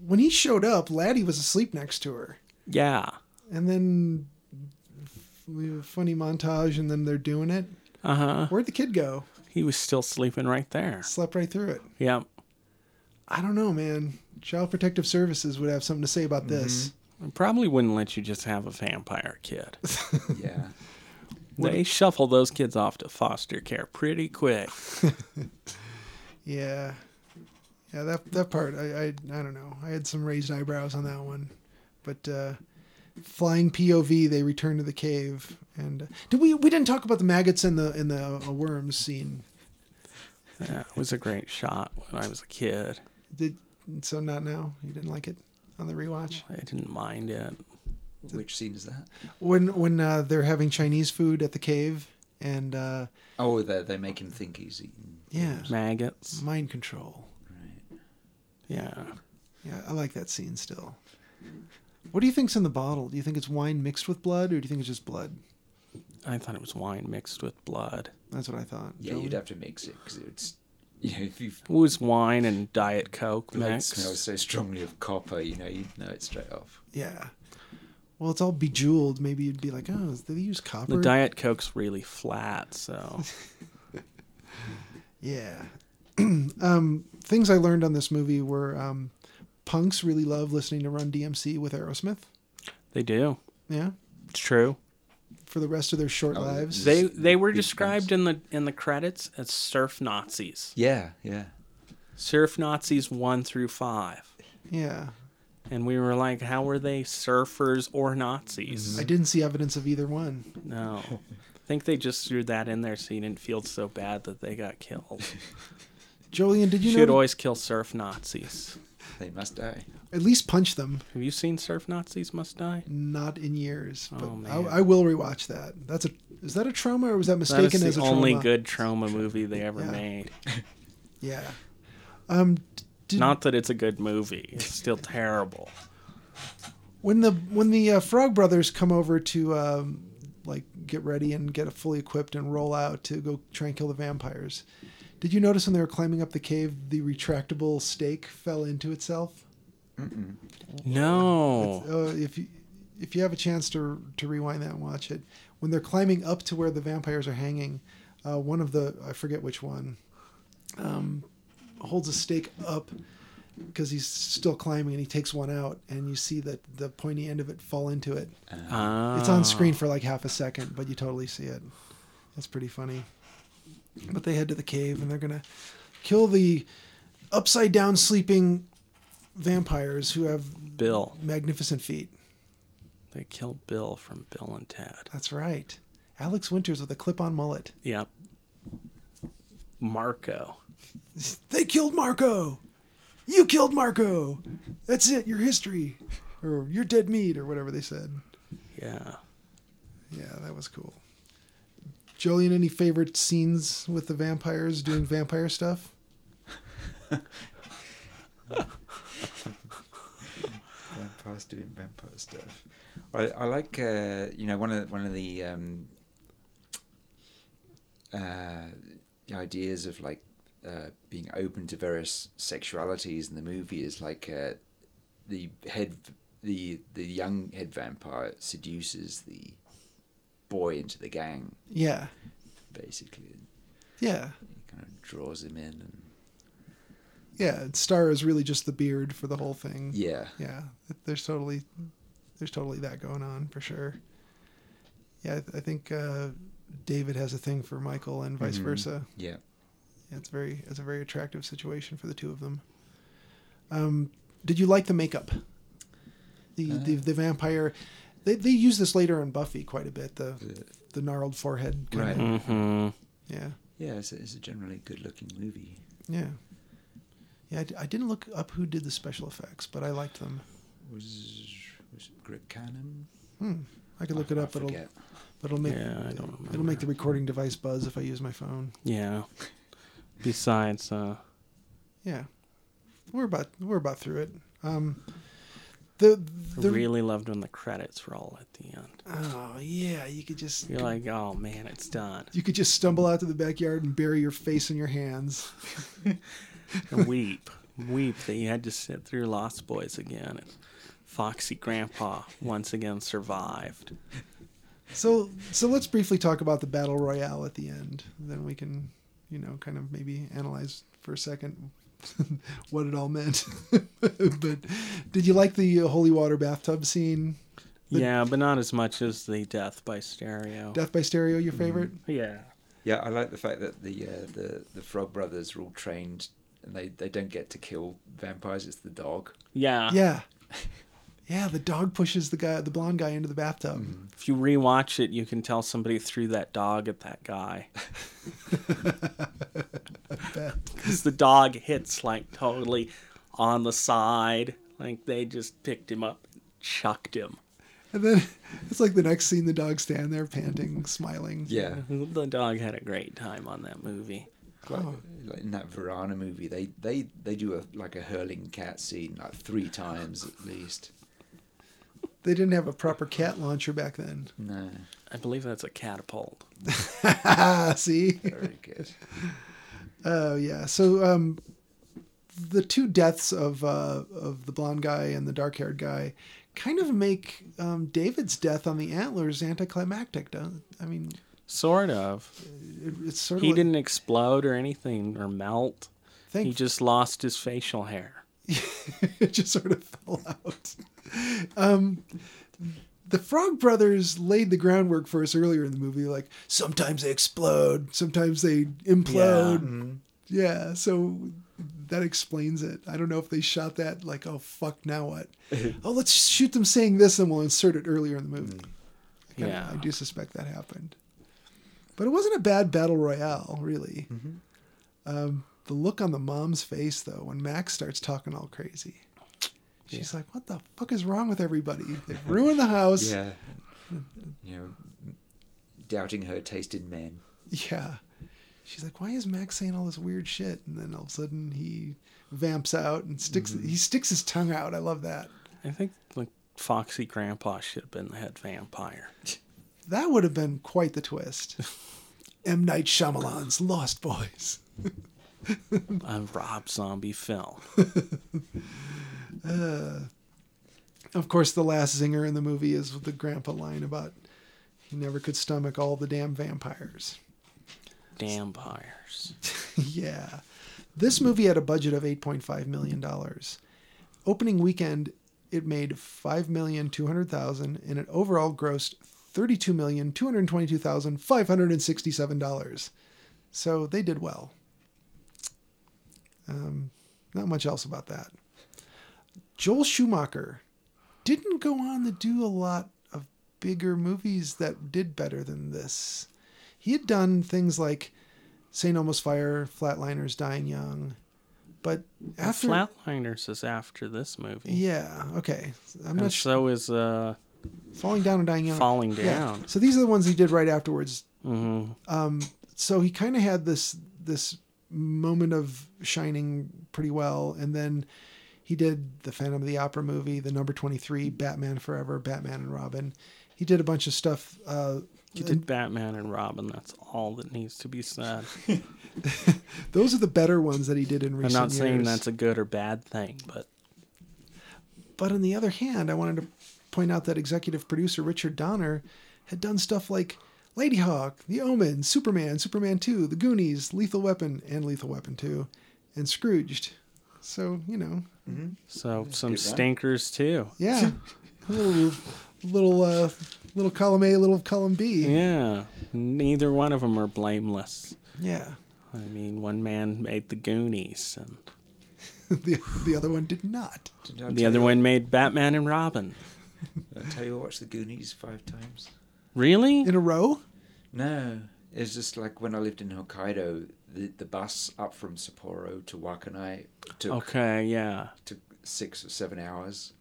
[SPEAKER 1] when he showed up, Laddie was asleep next to her
[SPEAKER 2] Yeah.
[SPEAKER 1] and then we have a funny montage and then they're doing it
[SPEAKER 2] Uh huh.
[SPEAKER 1] where'd the kid go
[SPEAKER 2] He was still sleeping right there.
[SPEAKER 1] slept right through it
[SPEAKER 2] Yeah.
[SPEAKER 1] i don't know man child protective services would have something to say about this
[SPEAKER 2] I probably wouldn't let you just have a vampire kid.
[SPEAKER 3] Yeah.
[SPEAKER 2] They shuffle those kids off to foster care pretty quick.
[SPEAKER 1] yeah yeah that that part I, I i don't know i had some raised eyebrows on that one but uh flying pov they return to the cave and uh, did we we didn't talk about the maggots in the in the uh, worms scene
[SPEAKER 2] Yeah, it was a great shot when I was a kid.
[SPEAKER 1] did so not now you didn't like it on the rewatch
[SPEAKER 2] I didn't mind it.
[SPEAKER 3] Which scene is that?
[SPEAKER 1] when when uh, they're having Chinese food at the cave and uh,
[SPEAKER 3] Oh, they they make him think he's eaten.
[SPEAKER 1] yeah,
[SPEAKER 2] Maggots.
[SPEAKER 1] mind control.
[SPEAKER 2] Yeah.
[SPEAKER 1] Yeah, I like that scene still. What do you think's in the bottle? Do you think it's wine mixed with blood, or do you think it's just blood?
[SPEAKER 2] I thought it was wine mixed with blood.
[SPEAKER 1] That's what I thought.
[SPEAKER 3] Yeah,
[SPEAKER 1] Joey?
[SPEAKER 3] you'd have to mix it because it's you know if you
[SPEAKER 2] It was wine and Diet Coke
[SPEAKER 3] like
[SPEAKER 2] mixed.
[SPEAKER 3] smells so strongly of copper, you know you'd know it straight off.
[SPEAKER 1] Yeah. Well, it's all bejeweled. Maybe you'd be like, oh, is- do they use
[SPEAKER 2] The
[SPEAKER 1] copper?
[SPEAKER 2] Diet Coke's really flat, so.
[SPEAKER 1] yeah. um, things I learned on this movie were um, punks really love listening to Run DMC with Aerosmith.
[SPEAKER 2] They do.
[SPEAKER 1] Yeah.
[SPEAKER 2] It's true.
[SPEAKER 1] For the rest of their short
[SPEAKER 3] Oh,
[SPEAKER 1] lives.
[SPEAKER 2] They they were
[SPEAKER 3] Big
[SPEAKER 2] described in the in the credits as surf Nazis.
[SPEAKER 3] Yeah, yeah.
[SPEAKER 2] Surf Nazis 1 through 5.
[SPEAKER 1] yeah.
[SPEAKER 2] And we were like, how were they surfers or Nazis?
[SPEAKER 1] I didn't see evidence of either one.
[SPEAKER 2] No. I think they just threw that in there so you didn't feel so bad that they got killed.
[SPEAKER 1] Jolien, did you
[SPEAKER 2] should
[SPEAKER 1] know?
[SPEAKER 2] always kill surf Nazis.
[SPEAKER 3] They must die.
[SPEAKER 1] At least punch them.
[SPEAKER 2] Have you seen Surf Nazis Must Die?
[SPEAKER 1] Not in years, but
[SPEAKER 2] Oh, man.
[SPEAKER 1] I, I will rewatch that. That's a is that a trauma or was that
[SPEAKER 2] That
[SPEAKER 1] mistaken
[SPEAKER 2] is
[SPEAKER 1] as
[SPEAKER 2] the
[SPEAKER 1] a
[SPEAKER 2] only
[SPEAKER 1] trauma?
[SPEAKER 2] good trauma movie they ever
[SPEAKER 1] Yeah.
[SPEAKER 2] made.
[SPEAKER 1] Yeah. Um, did,
[SPEAKER 2] Not that it's a good movie; it's still terrible.
[SPEAKER 1] when the when the uh, Frog Brothers come over to um, like get ready and get fully equipped and roll out to go try and kill the vampires. Did you notice when they were climbing up the cave, the retractable stake fell into itself?
[SPEAKER 2] No,
[SPEAKER 1] Uh, if you if you have a chance to to rewind that and watch it, when they're climbing up to where the vampires are hanging, uh, one of the I forget which one um, holds a stake up because he's still climbing and he takes one out and you see that the pointy end of it fall into it.
[SPEAKER 2] Ah,
[SPEAKER 1] It's on screen for like half a second, but you totally see it. That's pretty funny. But they head to the cave and they're gonna kill the upside down sleeping vampires who have
[SPEAKER 2] Bill.
[SPEAKER 1] magnificent feet.
[SPEAKER 2] They killed Bill from Bill and Ted.
[SPEAKER 1] That's right. Alex Winters with a clip on mullet.
[SPEAKER 2] Yep. Marco.
[SPEAKER 1] They killed Marco. You killed Marco. That's it. Your history, or you're dead meat, or whatever they said.
[SPEAKER 2] Yeah.
[SPEAKER 1] Yeah, that was cool. Jolene, any favorite scenes with the vampires doing vampire stuff?
[SPEAKER 3] Vampires doing vampire stuff. I, I like uh, you know one of one of the um, uh, the ideas of like uh, being open to various sexualities in the movie is like uh, the head the the young head vampire seduces the boy into the gang
[SPEAKER 1] Yeah,
[SPEAKER 3] basically and
[SPEAKER 1] yeah,
[SPEAKER 3] kind of draws him in and
[SPEAKER 1] yeah. Star is really just the beard for the whole thing.
[SPEAKER 3] yeah
[SPEAKER 1] yeah there's totally there's totally that going on for sure yeah i, th- I think uh david has a thing for michael and vice
[SPEAKER 3] Mhm.
[SPEAKER 1] versa
[SPEAKER 3] yeah
[SPEAKER 1] yeah, it's very it's a very attractive situation for the two of them um did you like the makeup the the,
[SPEAKER 3] Uh.
[SPEAKER 1] the vampire they, they use this later on buffy quite a bit the the gnarled forehead kind of
[SPEAKER 3] Right.
[SPEAKER 2] Mm-hmm.
[SPEAKER 1] yeah
[SPEAKER 3] yeah it's a, it's a generally good looking movie
[SPEAKER 1] yeah yeah I, d- I didn't look up who did the special effects but i liked them
[SPEAKER 3] was was it Greg Cannon?
[SPEAKER 1] hmm. i could look it up but it'll,
[SPEAKER 3] forget.
[SPEAKER 1] but it'll make
[SPEAKER 2] Yeah, I don't remember.
[SPEAKER 1] It'll make the recording device buzz if I use my phone.
[SPEAKER 2] Yeah. Besides, uh,
[SPEAKER 1] Yeah, we're about we're about through it. Um, the
[SPEAKER 2] I
[SPEAKER 1] the
[SPEAKER 2] really loved when the credits roll at the end.
[SPEAKER 1] oh yeah, you could just
[SPEAKER 2] You're like, oh man, it's done.
[SPEAKER 1] you could just stumble out to the backyard and bury your face in your hands.
[SPEAKER 2] And weep, weep that you had to sit through Lost Boys again. And Foxy Grandpa once again survived.
[SPEAKER 1] So so let's briefly talk about the battle royale at the end. Then we can you know kind of maybe analyze for a second what it all meant. but did you like the uh, holy water bathtub scene? The-
[SPEAKER 2] yeah, but not as much as the death by stereo.
[SPEAKER 1] Death by Stereo, your favorite?
[SPEAKER 2] yeah.
[SPEAKER 3] Yeah, I like the fact that the uh, the the Frog Brothers are all trained, and they they don't get to kill vampires. It's the dog.
[SPEAKER 2] Yeah.
[SPEAKER 1] Yeah. Yeah, the dog pushes the guy, the blonde guy, into the bathtub.
[SPEAKER 2] If you rewatch it, you can tell somebody threw that dog at that guy. Because the dog hits like totally on the side. Like they just picked him up, and chucked him.
[SPEAKER 1] And then it's like the next scene, the dog stand there panting, smiling.
[SPEAKER 3] Yeah,
[SPEAKER 2] The dog had a great time on that movie.
[SPEAKER 3] like, like in that Varana movie, they they they do a like a hurling cat scene like three times at least.
[SPEAKER 1] They didn't have a proper cat launcher back then.
[SPEAKER 3] No,
[SPEAKER 2] I believe that's a catapult.
[SPEAKER 1] Ah, see?
[SPEAKER 3] very good.
[SPEAKER 1] Oh, yeah. So um, the two deaths of, uh, of the blonde guy and the dark haired guy kind of make um, David's death on the antlers anticlimactic, don't I mean,
[SPEAKER 2] Sort of.
[SPEAKER 1] it, it's sort of.
[SPEAKER 2] He
[SPEAKER 1] like-
[SPEAKER 2] didn't explode or anything or melt.
[SPEAKER 1] thank-
[SPEAKER 2] He just lost his facial hair.
[SPEAKER 1] it just sort of fell out. Um, the Frog Brothers laid the groundwork for us earlier in the movie. Like sometimes they explode, sometimes they implode. Yeah, so that explains it. I don't know if they shot that like, oh fuck, now what? oh, let's shoot them saying this, and we'll insert it earlier in the movie. I kinda-
[SPEAKER 2] Yeah.
[SPEAKER 1] I do suspect that happened. But it wasn't a bad battle royale, really. Um, the look on the mom's face, though, when Max starts talking all crazy, she's like, "What the fuck is wrong with everybody? They've ruined the house."
[SPEAKER 3] Yeah, you know, doubting her taste in men.
[SPEAKER 1] Yeah. She's like, "Why is Max saying all this weird shit?" And then all of a sudden, he vamps out and sticks. He sticks his tongue out. I love that.
[SPEAKER 2] I think like Foxy Grandpa should have been the head vampire.
[SPEAKER 1] That would have been quite the twist. M. Night Shyamalan's Lost Boys.
[SPEAKER 2] A Rob Zombie film.
[SPEAKER 1] Of course, the last zinger in the movie is the grandpa line about he never could stomach all the damn vampires.
[SPEAKER 2] Vampires.
[SPEAKER 1] yeah. This movie had a budget of 8.5 million dollars. Opening weekend, it made 5,200,000 and it overall grossed 32,222,567 dollars. So they did well. Um, not much else about that. Joel Schumacher didn't go on to do a lot of bigger movies that did better than this. He had done things like St. Almost Fire, Flatliners, Dying Young, but after
[SPEAKER 2] Flatliners is after this movie.
[SPEAKER 1] yeah, okay, I'm
[SPEAKER 2] and
[SPEAKER 1] not sure.
[SPEAKER 2] so is uh,
[SPEAKER 1] Falling Down and Dying Young.
[SPEAKER 2] Falling
[SPEAKER 1] Yeah.
[SPEAKER 2] Down.
[SPEAKER 1] So these are the ones he did right afterwards.
[SPEAKER 2] hmm
[SPEAKER 1] Um, so he kind of had this this moment of shining pretty well, and then he did the Phantom of the Opera movie, the Number Twenty Three, Batman Forever, Batman and Robin. He did a bunch of stuff. Uh,
[SPEAKER 2] You did Batman and Robin. That's all that needs to be said.
[SPEAKER 1] those are the better ones that he did in
[SPEAKER 2] I'm
[SPEAKER 1] recent
[SPEAKER 2] not saying
[SPEAKER 1] years.
[SPEAKER 2] that's a good or bad thing, but
[SPEAKER 1] But on the other hand, I wanted to point out that executive producer Richard Donner had done stuff like Lady Hawk, The Omen, Superman, Superman 2, The Goonies, Lethal Weapon, and Lethal Weapon 2, and Scrooged. So, you know,
[SPEAKER 2] so some
[SPEAKER 3] good one.
[SPEAKER 2] stinkers too.
[SPEAKER 1] yeah. a little, little, uh, little column A, little column B.
[SPEAKER 2] Yeah, neither one of them are blameless.
[SPEAKER 1] Yeah.
[SPEAKER 2] I mean, one man made the Goonies, and
[SPEAKER 1] the, the other one did not.
[SPEAKER 3] Did I
[SPEAKER 2] the
[SPEAKER 3] tell
[SPEAKER 2] other
[SPEAKER 3] you-
[SPEAKER 2] one made Batman and Robin.
[SPEAKER 3] Did I tell you I watched The Goonies five times?
[SPEAKER 2] Really?
[SPEAKER 1] In a row?
[SPEAKER 3] No, it was just like when I lived in Hokkaido, the, the bus up from Sapporo to Wakanai took
[SPEAKER 2] Okay, yeah.
[SPEAKER 3] took six or seven hours,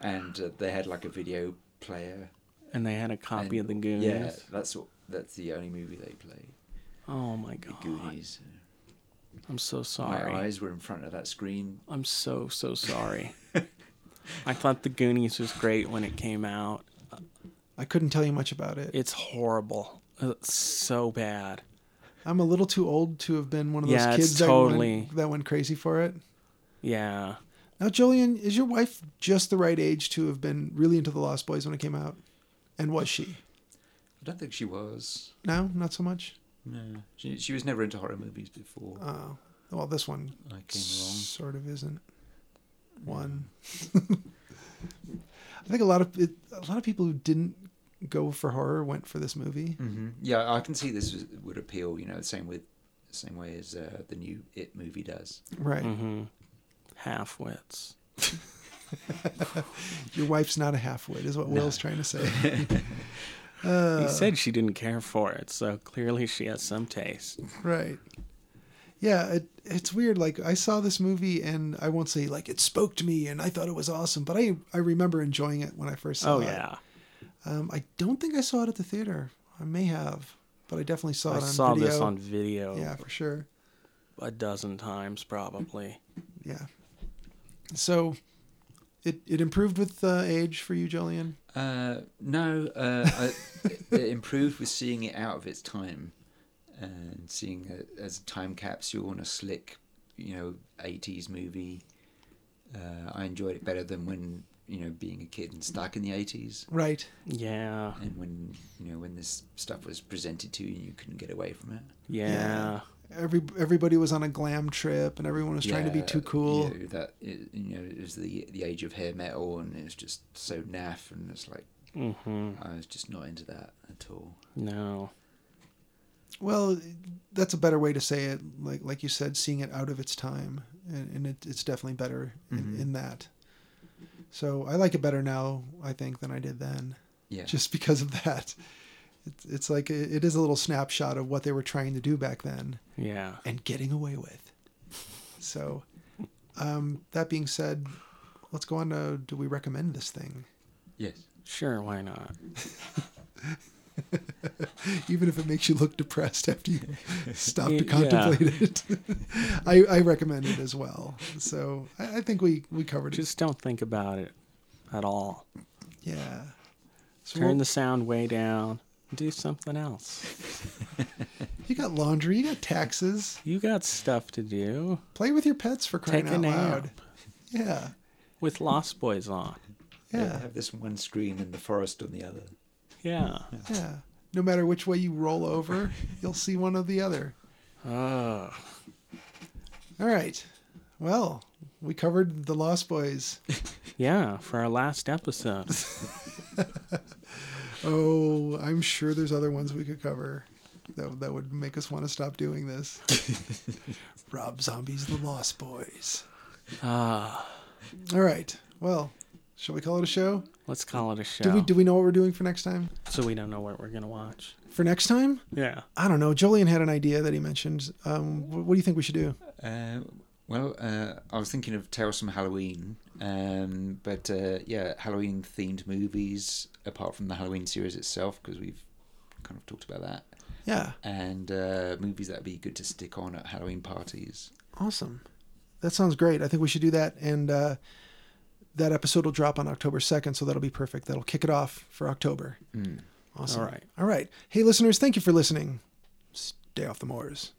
[SPEAKER 3] and uh, they had like a video player.
[SPEAKER 2] And they had a copy
[SPEAKER 3] and-
[SPEAKER 2] of the Goonies.
[SPEAKER 3] Yeah, that's what, that's the only movie they played.
[SPEAKER 2] Oh my god.
[SPEAKER 3] The Goonies.
[SPEAKER 2] I'm so
[SPEAKER 3] My
[SPEAKER 2] sorry.
[SPEAKER 3] eyes were in front of that screen.
[SPEAKER 2] I'm so so sorry. I thought the Goonies was great when it came out.
[SPEAKER 1] I couldn't tell you much about it.
[SPEAKER 2] It's horrible. It's so bad.
[SPEAKER 1] I'm a little too old to have been one of those
[SPEAKER 2] Yeah, it's
[SPEAKER 1] kids that,
[SPEAKER 2] totally-
[SPEAKER 1] went, that went crazy for it.
[SPEAKER 2] Yeah.
[SPEAKER 1] Now, Jolien, is your wife just the right age to have been really into the Lost Boys when it came out? And was she?
[SPEAKER 3] I don't think she was.
[SPEAKER 1] No, not so much.
[SPEAKER 3] No, she she was never into horror movies before
[SPEAKER 1] Oh, well, this one
[SPEAKER 3] I came along.
[SPEAKER 1] sort of isn't one. I think a lot of it, a lot of people who didn't go for horror went for this movie.
[SPEAKER 3] hmm Yeah, I can see this was, would appeal. You know, the same with same way as uh, the new It movie does.
[SPEAKER 1] Right.
[SPEAKER 2] Mm-hmm. Half wits.
[SPEAKER 1] Your wife's not a half wit, is what Will's trying to say. uh,
[SPEAKER 2] he said she didn't care for it, so clearly she has some taste.
[SPEAKER 1] Right. Yeah, it, it's weird. Like I saw this movie, and I won't say like it spoke to me, and I thought it was awesome. But I I remember enjoying it when I first saw
[SPEAKER 2] Oh
[SPEAKER 1] it.
[SPEAKER 2] yeah.
[SPEAKER 1] Um, I don't think I saw it at the theater. I may have, but I definitely saw
[SPEAKER 2] I
[SPEAKER 1] it on
[SPEAKER 2] saw
[SPEAKER 1] video.
[SPEAKER 2] this on video
[SPEAKER 1] Yeah, for sure.
[SPEAKER 2] a dozen times probably.
[SPEAKER 1] Yeah. So, it it improved with uh, age for you, Jolien.
[SPEAKER 3] Uh, no, uh, I, it- it improved with seeing it out of its time and seeing it as a time capsule on a slick, you know, 80s movie. Uh, I enjoyed it better than when, you know, being a kid and stuck in the 80s.
[SPEAKER 1] Right.
[SPEAKER 2] Yeah.
[SPEAKER 3] And when, you know, when this stuff was presented to you and you couldn't get away from it.
[SPEAKER 2] Yeah.
[SPEAKER 1] Yeah. Every everybody was on a glam trip, and everyone was trying to be
[SPEAKER 3] Yeah,
[SPEAKER 1] too cool.
[SPEAKER 3] You know, that, it, you know, it was the, the age of hair metal and it was just so naff and it's like,
[SPEAKER 2] Mm-hmm.
[SPEAKER 1] Hmm.
[SPEAKER 3] I was just not into that at all.
[SPEAKER 2] No.
[SPEAKER 1] Well, that's a better way to say it. Like like you said, seeing it out of its time, and, and it, it's definitely better in,
[SPEAKER 3] Mhm.
[SPEAKER 1] in that. So I like it better now, I think, than I did then,
[SPEAKER 3] Yeah.
[SPEAKER 1] just because of that. It's it's like it, it is a little snapshot of what they were trying to do back then
[SPEAKER 2] Yeah.
[SPEAKER 1] and getting away with. So, um, that being said, let's go on to do we recommend this thing,
[SPEAKER 3] yes.
[SPEAKER 2] Sure, why not?
[SPEAKER 1] even if it makes you look depressed after you stop
[SPEAKER 2] Yeah.
[SPEAKER 1] to contemplate it. I, I recommend it as well. So I, I think we we covered
[SPEAKER 2] Just don't think about it at all.
[SPEAKER 1] it. Yeah. So
[SPEAKER 2] Turn
[SPEAKER 1] we'll-
[SPEAKER 2] the sound way down. Do something else.
[SPEAKER 1] you got laundry, you got taxes.
[SPEAKER 2] You got stuff to do.
[SPEAKER 1] Play with your pets for crying
[SPEAKER 2] Take a
[SPEAKER 1] out
[SPEAKER 2] nap
[SPEAKER 1] loud. Yeah.
[SPEAKER 2] with Lost Boys on.
[SPEAKER 1] Yeah.
[SPEAKER 3] have this one screen and the forest on the other.
[SPEAKER 2] Yeah.
[SPEAKER 1] Yeah. No matter which way you roll over, you'll see one or the other.
[SPEAKER 2] Oh.
[SPEAKER 1] All right. Well, we covered the Lost Boys.
[SPEAKER 2] Yeah, for our last episode.
[SPEAKER 1] Oh, I'm sure there's other ones we could cover that, that would make us want to stop doing this. Rob Zombie's The Lost Boys.
[SPEAKER 2] Ah,
[SPEAKER 1] All right. Well, shall we call it a show?
[SPEAKER 2] let's call it a show.
[SPEAKER 1] Do we do we know what we're doing for next time?
[SPEAKER 2] so we don't know what we're gonna watch.
[SPEAKER 1] For next time?
[SPEAKER 2] Yeah.
[SPEAKER 1] I don't know. Jolien had an idea that he mentioned. Um, wh- what do you think we should do?
[SPEAKER 3] Uh, well, uh, I was thinking of Tales from Halloween, um, but uh, yeah, Halloween themed movies apart from the Halloween series itself because we've kind of talked about that,
[SPEAKER 1] Yeah.
[SPEAKER 3] and uh, movies that'd be good to stick on at Halloween parties.
[SPEAKER 1] Awesome. That sounds great. I think we should do that. And uh, that episode will drop on October 2nd, so that'll be perfect. That'll kick it off for
[SPEAKER 3] Hmm.
[SPEAKER 1] October. Awesome.
[SPEAKER 2] All right.
[SPEAKER 1] All right. Hey, listeners, thank you for listening. Stay off the moors.